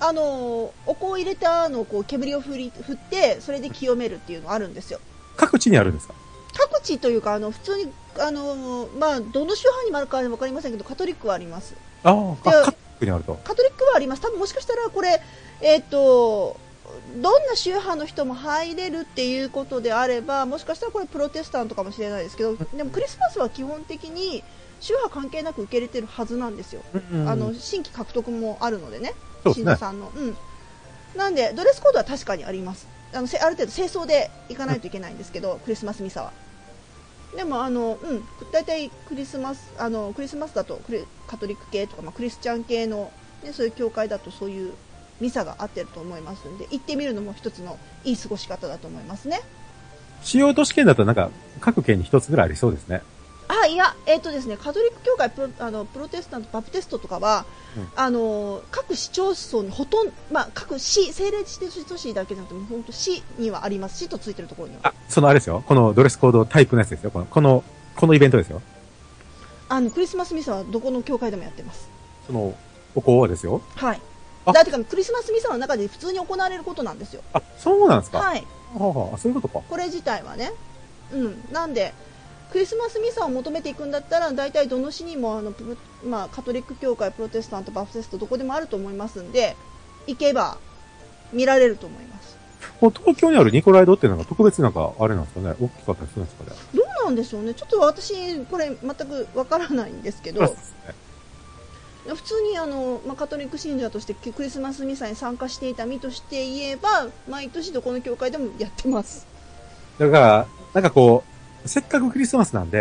[SPEAKER 3] あのー、お香を入れたのをこう煙を振り振って、それで清めるっていうのあるんですよ。
[SPEAKER 2] 各地にあるんですか
[SPEAKER 3] 各地というか、あの、普通に、あのー、まあ、どの宗派にもあるかわかりませんけど、カトリックはあります。
[SPEAKER 2] あーあ、
[SPEAKER 3] いや
[SPEAKER 2] 各国にあると。
[SPEAKER 3] カトリックはあります。多分もしかしたらこれ、えっ、と、どんな宗派の人も入れるっていうことであれば、もしかしたらこれプロテスタントかもしれないですけど、でもクリスマスは基本的に宗派関係なく受け入れてるはずなんですよ。あの、新規獲得もあるのでね。
[SPEAKER 2] そうです
[SPEAKER 3] 新
[SPEAKER 2] ね
[SPEAKER 3] さんの。うん。なんで、ドレスコードは確かにあります。あの、せある程度清掃で行かないといけないんですけど、クリスマスミサは。でも、あの、うん、大体クリスマス、あの、クリスマスだとクリカトリック系とか、まあ、クリスチャン系の、ね、そういう教会だとそういうミサが合ってると思いますんで、行ってみるのも一つのいい過ごし方だと思いますね。
[SPEAKER 2] 主要都市圏だとなんか各県に一つぐらいありそうですね。
[SPEAKER 3] あいや、えっ、とですね、カトリック教会プロあのプロテスタント、バプテストとかは、
[SPEAKER 2] うん
[SPEAKER 3] あの各市町村にほとんど、まあ、各市、政令指定都市だけじゃなくて、もう本当市にはあります、市とついてるところには。
[SPEAKER 2] あ、そのあれですよ。このドレスコードタイプのやつですよ。この、この、このイベントですよ。
[SPEAKER 3] あのクリスマスミサはどこの教会でもやってます。
[SPEAKER 2] その、お香はですよ。
[SPEAKER 3] はい。
[SPEAKER 2] あ
[SPEAKER 3] だってかクリスマスミサの中で普通に行われることなんですよ。
[SPEAKER 2] あ、そうなんですか。
[SPEAKER 3] はい。
[SPEAKER 2] はあはあ、そういうことか。
[SPEAKER 3] これ自体はね。うん。なんで、クリスマスミサを求めていくんだったら大体どの市にもあの、プロまあ、カトリック教会プロテスタントバプテストどこでもあると思いますんで行けば見られると思います
[SPEAKER 2] この東京にあるニコライドってなんか特別なんか、あれなんですかね、大きかったりするんですかね。
[SPEAKER 3] どうなんでしょうねちょっと私これ全くわからないんですけど
[SPEAKER 2] あそうですね
[SPEAKER 3] 普通にあの、まあ、カトリック信者としてクリスマスミサに参加していた身として言えば毎年どこの教会でもやってます、
[SPEAKER 2] だから、なんかこう、せっかくクリスマスなんで、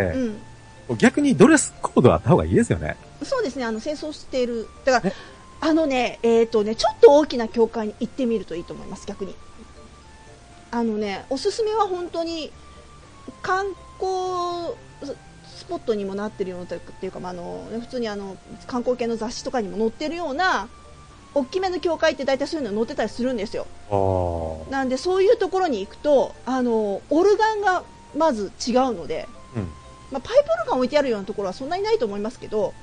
[SPEAKER 3] うん、
[SPEAKER 2] 逆にドレスコードあった方がいいですよね。
[SPEAKER 3] そうですねあの戦争しているだから
[SPEAKER 2] え
[SPEAKER 3] あのねえっ、とねちょっと大きな教会に行ってみるといいと思います逆にあのねおすすめは本当に観光スポットにもなってるようなとっていうか、まあ、あの普通にあの観光系の雑誌とかにも載ってるような大きめの教会って大体そういうの載ってたりするんですよ
[SPEAKER 2] ああ。
[SPEAKER 3] なんでそういうところに行くとあのオルガンがまず違うので、
[SPEAKER 2] うん
[SPEAKER 3] まあ、パイプオルガン置いてあるようなところはそんなにないと思いますけど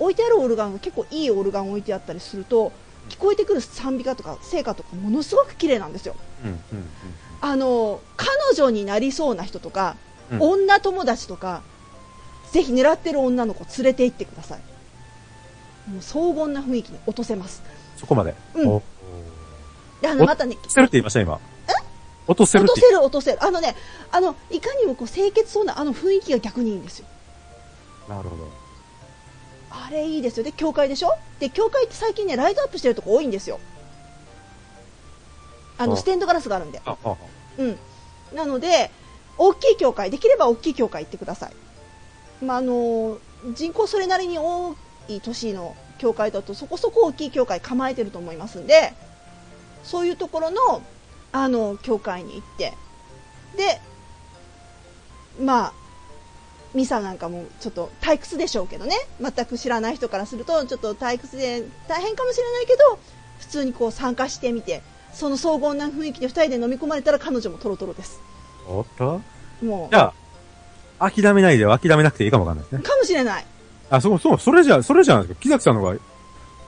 [SPEAKER 3] 置いてあるオルガンが結構いいオルガン置いてあったりすると聞こえてくる賛美歌とか聖歌とかものすごく綺麗なんですよ
[SPEAKER 2] うん、うん、うん。
[SPEAKER 3] あの彼女になりそうな人とか、
[SPEAKER 2] うん
[SPEAKER 3] 女友達とかぜひ狙ってる女の子連れて行ってくださいもう荘厳な雰囲気に落とせます
[SPEAKER 2] そこまで。
[SPEAKER 3] うん
[SPEAKER 2] お落
[SPEAKER 3] であの
[SPEAKER 2] お
[SPEAKER 3] またね
[SPEAKER 2] とせるって言いました、今。落とせる
[SPEAKER 3] 落
[SPEAKER 2] っ
[SPEAKER 3] と
[SPEAKER 2] て
[SPEAKER 3] せる落とせるあのねあのいかにもこう清潔そうなあの雰囲気が逆にいいんですよ
[SPEAKER 2] なるほど。
[SPEAKER 3] あれいいですよで教会でしょで教会って最近ねライトアップしてるとこ多いんですよあの
[SPEAKER 2] あ
[SPEAKER 3] ステンドガラスがあるんで
[SPEAKER 2] あ、あ、
[SPEAKER 3] うんなので大きい教会できれば大きい教会行ってくださいまああの人口それなりに多い都市の教会だとそこそこ大きい教会構えてると思いますんでそういうところのあの教会に行ってでまあミサなんかもちょっと退屈でしょうけどね全く知らない人からするとちょっと退屈で大変かもしれないけど普通にこう参加してみてその荘厳な雰囲気で2人で飲み込まれたら彼女もトロトロです
[SPEAKER 2] おっと
[SPEAKER 3] も
[SPEAKER 2] じゃあ、諦めないでは諦めなくていいかもわかんないです
[SPEAKER 3] う
[SPEAKER 2] ね。
[SPEAKER 3] かもしれない
[SPEAKER 2] あ、そう、そう、それじゃ、それじゃないですか。木崎さんの方が、い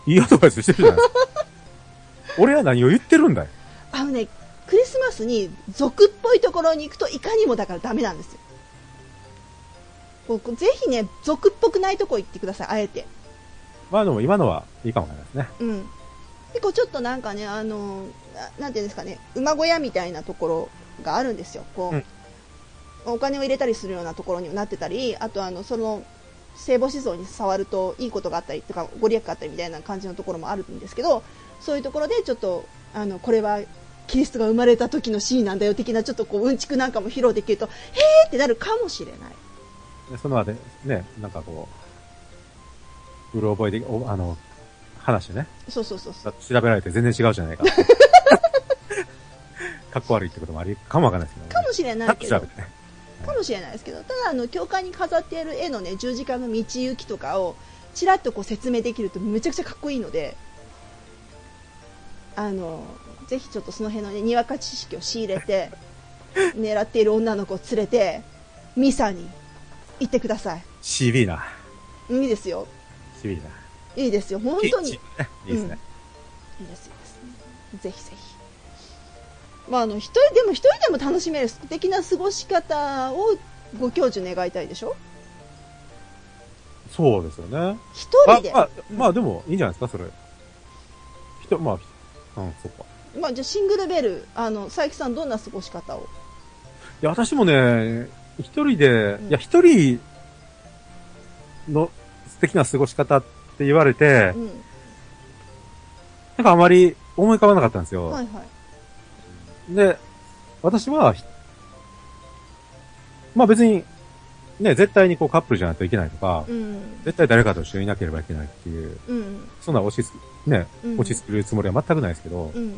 [SPEAKER 2] いアドバイスしてるじゃないですか。 俺は何を言ってるんだよ。
[SPEAKER 3] あのねクリスマスに俗っぽいところに行くといかにもだからダメなんですよこうこうぜひね俗っぽくないとこ行ってくださいあえて
[SPEAKER 2] まあでも今のはいいかもわかんないですね。
[SPEAKER 3] うん結構ちょっとなんかねあのななんていうんですかね馬小屋みたいなところがあるんですよこう、
[SPEAKER 2] うん
[SPEAKER 3] お金を入れたりするようなところにもなってたりあとあのその聖母子像に触るといいことがあったりとかご利益があったりみたいな感じのところもあるんですけどそういうところでちょっとあのこれはキリストが生まれた時のシーンなんだよ的なちょっとこううんちくなんかも披露できるとへーってなるかもしれない
[SPEAKER 2] でその後で、ね、なんかこう、うろ覚えで、おあの、話ね、
[SPEAKER 3] そうそうそうそう
[SPEAKER 2] 調べられて全然違うじゃ ないか。かっこ悪いってこともありかもわかんないですけど、
[SPEAKER 3] かもしれな
[SPEAKER 2] ないん
[SPEAKER 3] け
[SPEAKER 2] か調
[SPEAKER 3] ど
[SPEAKER 2] べてね。
[SPEAKER 3] かもしれないですけどただあの教会に飾っている絵のね十字架の道行きとかをちらっとこう説明できるとめちゃくちゃかっこいいのであのぜひちょっとその辺のねにわか知識を仕入れて狙っている女の子を連れてミサに行ってください
[SPEAKER 2] CB な。
[SPEAKER 3] いいですよ
[SPEAKER 2] CB な。
[SPEAKER 3] いいですよ本当に
[SPEAKER 2] CB ねいいですね。
[SPEAKER 3] いいですいいですぜひぜひまああの一人でも一人でも楽しめる素敵な過ごし方をご教授願いたいでしょ
[SPEAKER 2] そうですよね。
[SPEAKER 3] 一
[SPEAKER 2] あ
[SPEAKER 3] 人で、
[SPEAKER 2] まあ、まあでも、いいんじゃないですか、それ。人、まあ、ひうん、そっか。
[SPEAKER 3] まあ、じゃあシングルベル、あの佐伯さん、どんな過ごし方を、
[SPEAKER 2] いや、私もね、一人で、
[SPEAKER 3] うん
[SPEAKER 2] いや、一人の素敵な過ごし方って言われて、
[SPEAKER 3] うん、
[SPEAKER 2] なんかあまり思い浮かばなかったんですよ。
[SPEAKER 3] はいはい、
[SPEAKER 2] で、私は、ひまあ別に、ね、絶対にこうカップルじゃないといけないとか、
[SPEAKER 3] うん、
[SPEAKER 2] 絶対誰かと一緒にいなければいけないっていう、
[SPEAKER 3] うん、
[SPEAKER 2] そんな押しつ、ね、
[SPEAKER 3] うん、
[SPEAKER 2] 落ち着けるつもりは全くないですけど、
[SPEAKER 3] うん、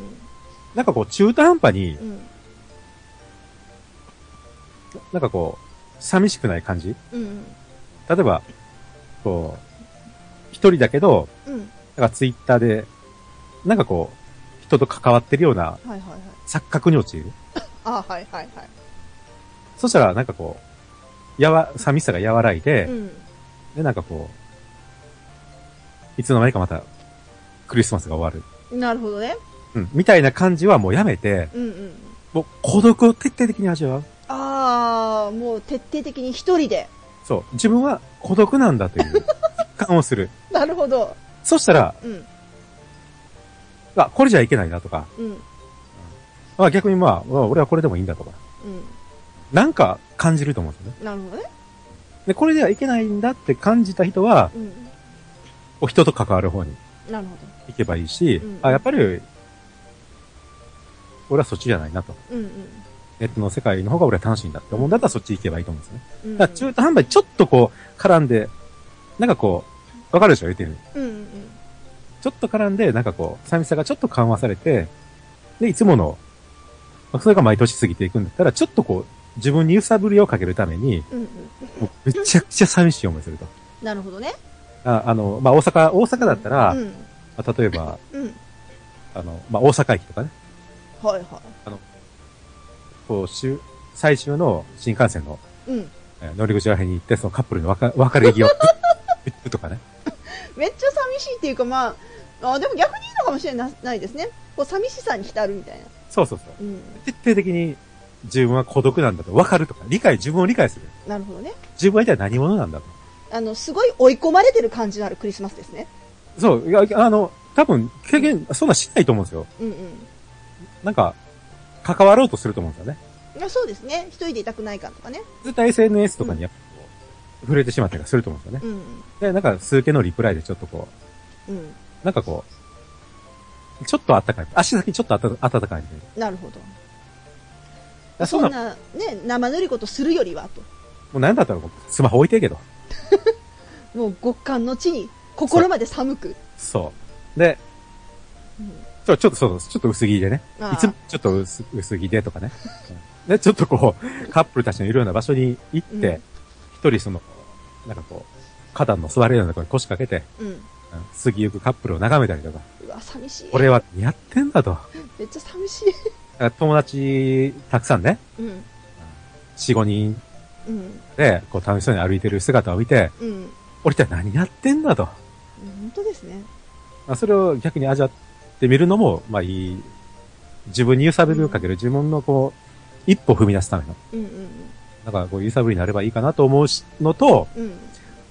[SPEAKER 2] なんかこう中途半端に
[SPEAKER 3] う、ん、
[SPEAKER 2] なんかこう、寂しくない感じ
[SPEAKER 3] うん、
[SPEAKER 2] 例えば、こう、一人だけど、
[SPEAKER 3] うん、
[SPEAKER 2] なんかツイッターで、なんかこう、人と関わってるような
[SPEAKER 3] はいはいはい、
[SPEAKER 2] 錯覚に陥る。
[SPEAKER 3] あはいはいは
[SPEAKER 2] そしたらなんかこう、やわ、寂しさが和らいで、
[SPEAKER 3] い、うん、
[SPEAKER 2] で、なんかこう、いつの間にかまた、クリスマスが終わる。
[SPEAKER 3] なるほどね、
[SPEAKER 2] うん。みたいな感じはもうやめて、
[SPEAKER 3] うんうん、
[SPEAKER 2] もう孤独を徹底的に味わう。
[SPEAKER 3] あはもう徹底的に一人で。
[SPEAKER 2] そう。自分は孤独なんだと いう実感をする。
[SPEAKER 3] なるほど。
[SPEAKER 2] そしたら、
[SPEAKER 3] うん、
[SPEAKER 2] あ、これじゃいけないなとか、
[SPEAKER 3] うん、
[SPEAKER 2] あ逆にまあ、俺はこれでもいいんだとか、
[SPEAKER 3] う
[SPEAKER 2] なんか感じると思うんですよね。
[SPEAKER 3] ん。なるほどね。
[SPEAKER 2] で、これではいけないんだって感じた人は、
[SPEAKER 3] うん。
[SPEAKER 2] お人と関わる方に
[SPEAKER 3] なるほ
[SPEAKER 2] 行けばいいし、
[SPEAKER 3] うん
[SPEAKER 2] あ、やっぱり、俺はそっちじゃないなと。
[SPEAKER 3] ど。うん、うん。
[SPEAKER 2] ネットの世界の方が俺は楽しいんだって思うんだったらそっち行けばいいと思うんですね。
[SPEAKER 3] うんうん
[SPEAKER 2] だから中途半端にちょっとこう、絡んで、なんかこう、わかるでしょ言ってる。
[SPEAKER 3] うんうん
[SPEAKER 2] ちょっと絡んで、なんかこう、寂しさがちょっと緩和されて、で、いつもの、まあそれが毎年過ぎていくんだったら、ちょっとこう、自分に揺さぶりをかけるために、
[SPEAKER 3] うんうん
[SPEAKER 2] もうめちゃくちゃ寂しい思いすると。
[SPEAKER 3] なるほどね。
[SPEAKER 2] ああの、まあ、大阪、大阪だったら、
[SPEAKER 3] うん、
[SPEAKER 2] まあ例えば、
[SPEAKER 3] うん。
[SPEAKER 2] あの、まあ、大阪駅とかね、
[SPEAKER 3] はいは
[SPEAKER 2] こう、終最終の新幹線の
[SPEAKER 3] い。うん。
[SPEAKER 2] えー乗り口ら辺に行って、そのカップルの別別れ際を 言うとかね。
[SPEAKER 3] めっちゃ寂しいっていうか、まあ、あでも逆にいいのかもしれなないですね。こう寂しさに浸るみたいな。
[SPEAKER 2] そうそうそう。
[SPEAKER 3] うん。
[SPEAKER 2] 徹底的に自分は孤独なんだと分かるとか、理解、自分を理解する。
[SPEAKER 3] なるほどね。
[SPEAKER 2] 自分は一体何者なんだと。
[SPEAKER 3] あの、すごい追い込まれてる感じのあるクリスマスですね。
[SPEAKER 2] そう、いや、あの、多分、経験、そんなしないと思うんですよ。
[SPEAKER 3] うん
[SPEAKER 2] なんか、関わろうとすると思うんですよね。
[SPEAKER 3] うん。あそうですね。一人でいたくない感とかね。
[SPEAKER 2] 絶対 SNS とかにやっぱこう、触れてしまったりすると思うんですよね。
[SPEAKER 3] うん
[SPEAKER 2] で、なんか、数件のリプライでちょっとこ
[SPEAKER 3] うん。うん。
[SPEAKER 2] う、なんかこう、ちょっとあったかい。足先ちょっとあた暖かいみたい
[SPEAKER 3] なるほど。
[SPEAKER 2] な。
[SPEAKER 3] そん
[SPEAKER 2] も
[SPEAKER 3] な、ね、生ぬるいことするよりは、と。
[SPEAKER 2] うなんだったらもうスマホ置いてえけど。
[SPEAKER 3] もう極寒の地に、心まで寒く。
[SPEAKER 2] そう。で、
[SPEAKER 3] うん
[SPEAKER 2] ちょ、ちょっとそう、ちょっと薄着でね。
[SPEAKER 3] あー
[SPEAKER 2] いつもちょっと薄薄着でとかね。うんで、ちょっとこう、カップルたちのいるような場所に行っ
[SPEAKER 3] うん
[SPEAKER 2] て、一、人その、なんかこう、花壇の座れるようなところに腰掛けて、
[SPEAKER 3] うん。
[SPEAKER 2] うん過ぎゆくカップルを眺めたりとか、
[SPEAKER 3] うわ、寂しい。
[SPEAKER 2] 俺はやってんだと。だか
[SPEAKER 3] めっちゃ寂しい。
[SPEAKER 2] ら友達たくさんね、
[SPEAKER 3] うん。
[SPEAKER 2] 4、5人
[SPEAKER 3] うん。
[SPEAKER 2] で、こう楽しそうに歩いてる姿を見て、
[SPEAKER 3] うん。
[SPEAKER 2] 俺一体何やってんだと。
[SPEAKER 3] 本当ですね。
[SPEAKER 2] まあ、それを逆に味わってみるのも、まあいい、自分に揺さぶりをかける、自分のこう、一歩踏み出すための、
[SPEAKER 3] うんうん
[SPEAKER 2] なんかこう揺さぶりになればいいかなと思うしのと、
[SPEAKER 3] うん。うん。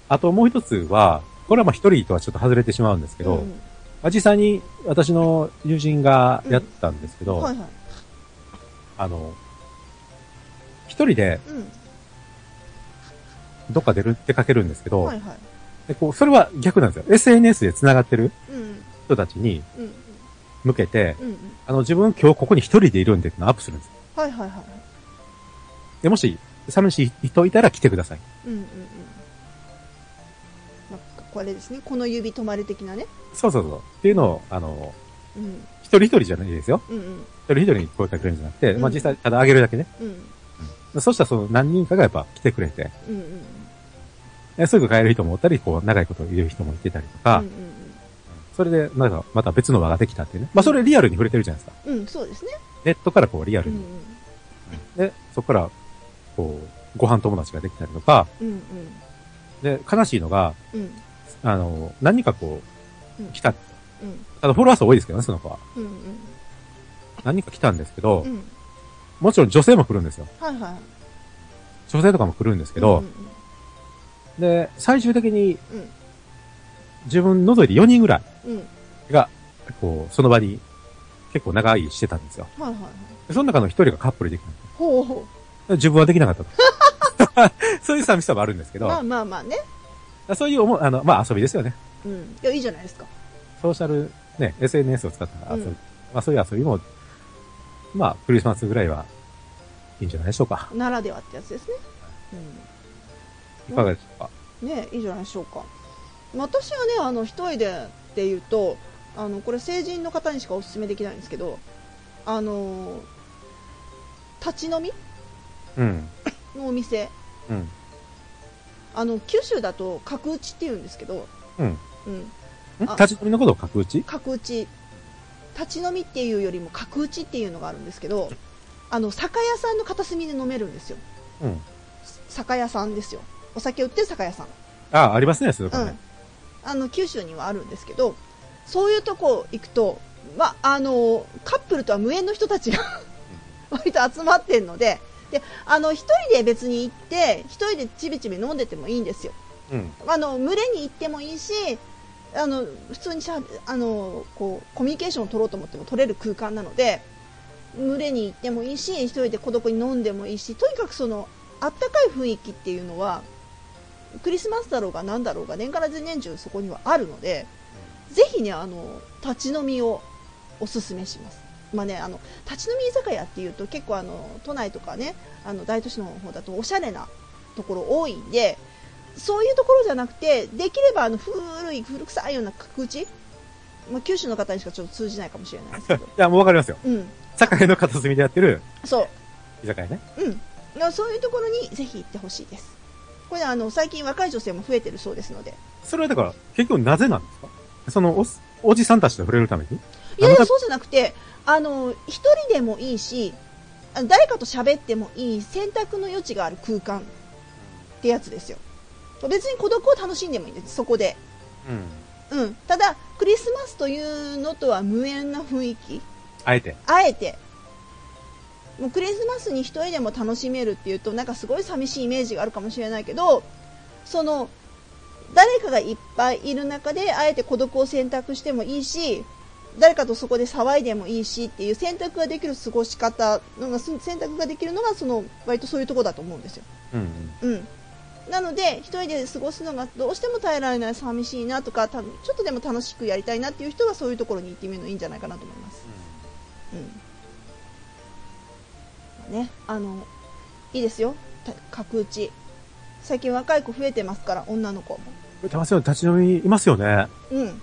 [SPEAKER 2] あともう一つは、これはまあ一人とはちょっと外れてしまうんですけど、
[SPEAKER 3] うん
[SPEAKER 2] まあ、実際に私の友人がやったんですけど、
[SPEAKER 3] はいはい。
[SPEAKER 2] あの、一人で
[SPEAKER 3] うん。
[SPEAKER 2] どっか出るってかけるんですけど、
[SPEAKER 3] はいはい。
[SPEAKER 2] でこうそれは逆なんですよ。SNS で繋がってる
[SPEAKER 3] うん。
[SPEAKER 2] 人たちに
[SPEAKER 3] うん。
[SPEAKER 2] 向けて、
[SPEAKER 3] うん。うん
[SPEAKER 2] あの自分今日ここに一人でいるんでってのをアップするんですよ。
[SPEAKER 3] はいはいはい。
[SPEAKER 2] で、もし、寂しい人いたら来てください。
[SPEAKER 3] うんうんうん。なんかこれですね。この指止まれ的なね。
[SPEAKER 2] そうそうそう。っていうのを、あの、
[SPEAKER 3] うん。
[SPEAKER 2] 一人一人じゃないですよ。
[SPEAKER 3] うんうん。
[SPEAKER 2] 一人一人に声かけるんじゃなくて、まあ
[SPEAKER 3] うん
[SPEAKER 2] 実際、ただあげるだけね。
[SPEAKER 3] うん。
[SPEAKER 2] そうしたらその何人かがやっぱ来てくれて、
[SPEAKER 3] うんうん。
[SPEAKER 2] えすぐ帰る人もおったり、こう、長いこといる人もいてたりとか、
[SPEAKER 3] うんうん
[SPEAKER 2] それで、なんか、また別の輪ができたっていうね。まあ、それリアルに触れてるじゃないですか。
[SPEAKER 3] うん。うん、そうですね。
[SPEAKER 2] ネットからこう、リア
[SPEAKER 3] う
[SPEAKER 2] ル
[SPEAKER 3] ん
[SPEAKER 2] に。で、そこから、こう、ご飯友達ができたりとか、
[SPEAKER 3] うん。うん
[SPEAKER 2] で、悲しいのが、
[SPEAKER 3] うん。うん
[SPEAKER 2] あの、何人かこ
[SPEAKER 3] うん
[SPEAKER 2] う、来た、
[SPEAKER 3] うん
[SPEAKER 2] あの、フォロワー数多いですけどね、その子は。
[SPEAKER 3] うん
[SPEAKER 2] 何人か来たんですけど
[SPEAKER 3] うん。う、ん。
[SPEAKER 2] もちろん女性も来るんですよ。
[SPEAKER 3] はいはい。
[SPEAKER 2] 女性とかも来るんですけど、で、最終的に
[SPEAKER 3] うんうん
[SPEAKER 2] 自分除いて4人ぐらい
[SPEAKER 3] うん。うん。
[SPEAKER 2] が、こう、その場に結構長いしてたんですよ。
[SPEAKER 3] はいはいはい。
[SPEAKER 2] でその中の1人がカップルできたんですよ
[SPEAKER 3] ほうほ
[SPEAKER 2] 自分はできなかったと。 そういう寂しさもあるんですけ
[SPEAKER 3] う。まあ
[SPEAKER 2] ど、
[SPEAKER 3] まあまあね。
[SPEAKER 2] そういう思う、あの、まあ遊びですよね。
[SPEAKER 3] うん。いや、いいじゃないですか。
[SPEAKER 2] ソーシャル、ね、SNS を使った遊び。
[SPEAKER 3] うん
[SPEAKER 2] まあそういう遊びも、まあクリスマスぐらいはいいんじゃないでしょうか。
[SPEAKER 3] ならではってやつですね。
[SPEAKER 2] いかがでしょうか。
[SPEAKER 3] うん。ねいいじゃないでしょうか。私はね、あの、一人でっていうと、あの、これ成人の方にしかお勧めできないんですけど、あのー、立ち飲み
[SPEAKER 2] うん。
[SPEAKER 3] のお店、
[SPEAKER 2] うん。
[SPEAKER 3] あの、九州だと角打ちって言うんですけど、
[SPEAKER 2] うん。
[SPEAKER 3] うん。
[SPEAKER 2] ん
[SPEAKER 3] あ
[SPEAKER 2] 立ち飲みのことを格打ち
[SPEAKER 3] 角打ち。立ち飲みっていうよりも角打ちっていうのがあるんですけど、あの、酒屋さんの片隅で飲めるんですよ。
[SPEAKER 2] うん。
[SPEAKER 3] 酒屋さんですよ。お酒売ってる酒屋さん。
[SPEAKER 2] あ、ありますね、そういうこ
[SPEAKER 3] う
[SPEAKER 2] と
[SPEAKER 3] ん
[SPEAKER 2] ね。、
[SPEAKER 3] あの九州にはあるんですけどそういうとこ行くと、まあ、あのカップルとは無縁の人たちが割と集まってるのでであの一人で別に行って一人でちびちび飲んでてもいいんですよ
[SPEAKER 2] うん。
[SPEAKER 3] あの群れに行ってもいいしあの普通にしゃあのこうコミュニケーションを取ろうと思っても取れる空間なので群れに行ってもいいし一人で孤独に飲んでもいいしとにかくそのあったかい雰囲気っていうのはクリスマスだろうが何だろうが年から年中そこにはあるのでぜひねあの立ち飲みをおすすめします。まあね、あの立ち飲み居酒屋っていうと結構あの都内とかねあの大都市の方だとおしゃれなところ多いんでそういうところじゃなくてできればあの古い古臭いような角打ち、まあ、九州の方にしかちょっと通じないかもしれないですけ ど
[SPEAKER 2] いや、もうわかりますよ。
[SPEAKER 3] うん
[SPEAKER 2] 堺の片隅でやってる
[SPEAKER 3] そ
[SPEAKER 2] 居酒屋ね。
[SPEAKER 3] ううんだからそういうところにぜひ行ってほしいですこれねあの最近若い女性も増えてるそうですので
[SPEAKER 2] それはだから、結局なぜなんですかそのおっ、おじさんたちと触れるために
[SPEAKER 3] いやい
[SPEAKER 2] あ
[SPEAKER 3] や
[SPEAKER 2] の
[SPEAKER 3] そうじゃなくてあの一人でもいいしあの誰かと喋ってもいい選択の余地がある空間ってやつですよ別に孤独を楽しんでもいいんですそこで
[SPEAKER 2] うん。
[SPEAKER 3] うんただクリスマスというのとは無縁な雰囲気
[SPEAKER 2] あえて。
[SPEAKER 3] あえてもうクリスマスに一人でも楽しめるっていうとなんかすごい寂しいイメージがあるかもしれないけどその誰かがいっぱいいる中であえて孤独を選択してもいいし誰かとそこで騒いでもいいしっていう選択ができる過ごし方のがす選択ができるのがその割とそういうところだと思うんですよ。
[SPEAKER 2] うんうん。
[SPEAKER 3] うん、なので一人で過ごすのがどうしても耐えられない寂しいなとかたちょっとでも楽しくやりたいなっていう人はそういうところに行ってみるのいいんじゃないかなと思います。うんね、あのいいですよ、た角打ち最近若い子増えてますから女の子も、
[SPEAKER 2] うん。たまよ立ち飲みいますよね。
[SPEAKER 3] うん、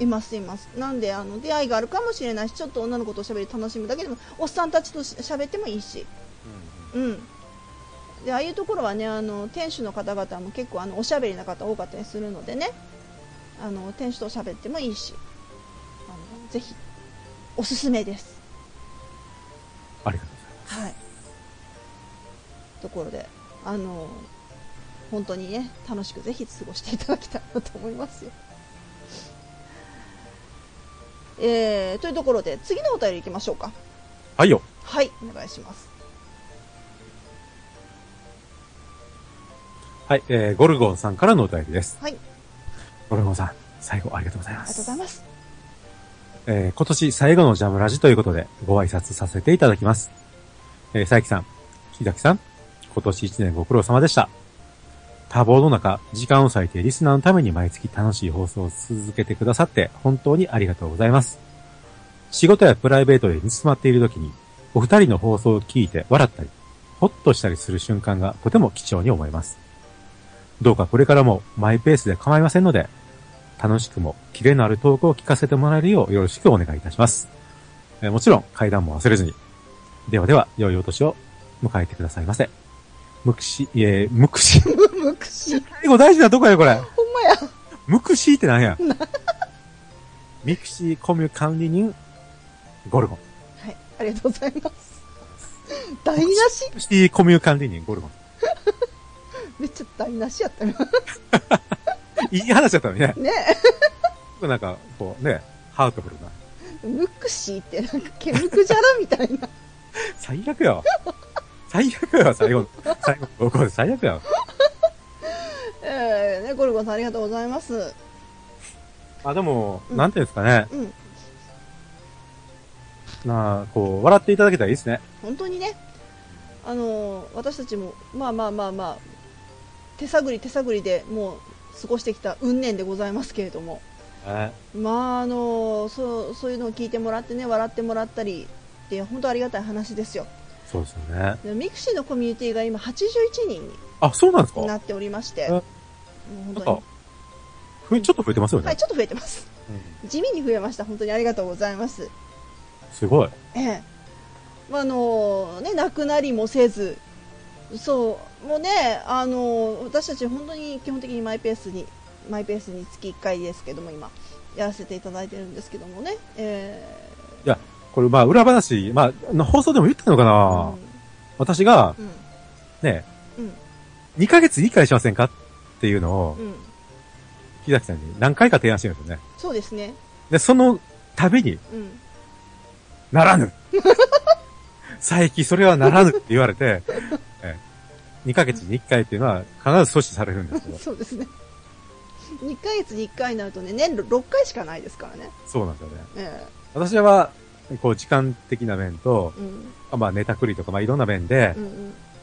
[SPEAKER 3] いますいますなんであの出会いがあるかもしれないしちょっと女の子と喋り楽しむだけでもおっさんたちとし喋ってもいいし、うん、でああいうところはねあの店主の方々も結構あのおしゃべりな方多かったりするのでねあの店主と喋ってもいいしあのぜひおすすめです。
[SPEAKER 2] ありがとうございま
[SPEAKER 3] はい、ところであの本当にね楽しくぜひ過ごしていただきたいなと思いますよ。えー、というところで次のお便りいきましょうか。
[SPEAKER 2] す。はいよ。
[SPEAKER 3] はいお願いします。
[SPEAKER 2] はい、えー、ゴルゴンさんからのお便りです。
[SPEAKER 3] はい
[SPEAKER 2] ゴルゴンさん、最後ありがとうござい
[SPEAKER 3] あ
[SPEAKER 2] ま
[SPEAKER 3] りがとうご
[SPEAKER 2] す
[SPEAKER 3] ざい。 ます。
[SPEAKER 2] えー今年最後のジャムラジということで、ご挨拶させていただきます。えー、佐伯さん、木崎さん、今年一年ご苦労様でした。多忙の中、時間を割いてリスナーのために毎月楽しい放送を続けてくださって、本当にありがとうございます。仕事やプライベートで煮詰まっている時に、お二人の放送を聞いて笑ったり、ほっとしたりする瞬間がとても貴重に思います。どうかこれからもマイペースで構いませんので、楽しくも、キレのあるトークを聞かせてもらえるようよろしくお願いいたします。えーもちろん、階段も忘れずに。ではでは、良いお年を迎えてくださいませ。むくし、えー、むく し。
[SPEAKER 3] むくし
[SPEAKER 2] 最後大事なとこや、これ。
[SPEAKER 3] ほんまや。
[SPEAKER 2] むくしってなん や。ミクシーコミュ管理人、ゴルゴン。
[SPEAKER 3] はいありがとうございます。台無し
[SPEAKER 2] ミクシーコミュ管理人、ゴルゴン。
[SPEAKER 3] めっちゃ台無しやったよ
[SPEAKER 2] いい話だったのにね。
[SPEAKER 3] ね
[SPEAKER 2] なんか、こうね、ハートフルな。
[SPEAKER 3] えむくしってなんか毛むくじゃらみたいな。
[SPEAKER 2] 最悪やわ。最悪やわ、最後の。最後の、これ最悪やわ。
[SPEAKER 3] えー、ねゴルゴさんありがとうございます。
[SPEAKER 2] あ、でも、
[SPEAKER 3] うん
[SPEAKER 2] なんていうんですかね。
[SPEAKER 3] うん
[SPEAKER 2] なあ、こう、笑っていただけたらいいですね。
[SPEAKER 3] 本当にねあのー私たちもまあまあまあまあ手探り手探りでもう過ごしてきた運年でございますけれども
[SPEAKER 2] え
[SPEAKER 3] まああのーそうそういうのを聞いてもらってね笑ってもらったりって本当ありがたい話ですよ
[SPEAKER 2] そうですよね。
[SPEAKER 3] でミクシーのコミュニティが今81人
[SPEAKER 2] あ、そうなんですか
[SPEAKER 3] に
[SPEAKER 2] な
[SPEAKER 3] なんっておりまして
[SPEAKER 2] え
[SPEAKER 3] もう本
[SPEAKER 2] か
[SPEAKER 3] 当、
[SPEAKER 2] ふちょっと増えてますよ
[SPEAKER 3] には
[SPEAKER 2] ね
[SPEAKER 3] い。ちょっと増えてます
[SPEAKER 2] うん
[SPEAKER 3] 地味に増えました本当にありがとうございます
[SPEAKER 2] すごい。
[SPEAKER 3] ええまああのね、亡くなりもせず、そう、もうね、あの私たち本当に基本的にマイペースに、マイペースに月1回ですけども、今、やらせていただいてるんですけどもね、え
[SPEAKER 2] これ、まあ、裏話、まあの、放送でも言ったのか
[SPEAKER 3] え
[SPEAKER 2] な、私が、
[SPEAKER 3] うん、
[SPEAKER 2] ね、
[SPEAKER 3] うん、
[SPEAKER 2] 2ヶ月理解しませんかっていうのを
[SPEAKER 3] う、ん、うん、
[SPEAKER 2] 木崎さんに何回か提案してるんですよね。
[SPEAKER 3] そうですね、
[SPEAKER 2] で、その度に、
[SPEAKER 3] うん、
[SPEAKER 2] ならぬ佐伯、それはならぬって言われて、え2ヶ月に1回っていうのは必ず阻止されるんですけど、
[SPEAKER 3] そうですね。2ヶ月に1回になるとね、年6回しかないですからね。
[SPEAKER 2] そうなんですよね。
[SPEAKER 3] え
[SPEAKER 2] 私は、こう、時間的な面と、
[SPEAKER 3] えうん。
[SPEAKER 2] まあ、ネタクリとか、まあ、いろんな面で
[SPEAKER 3] う、んうん。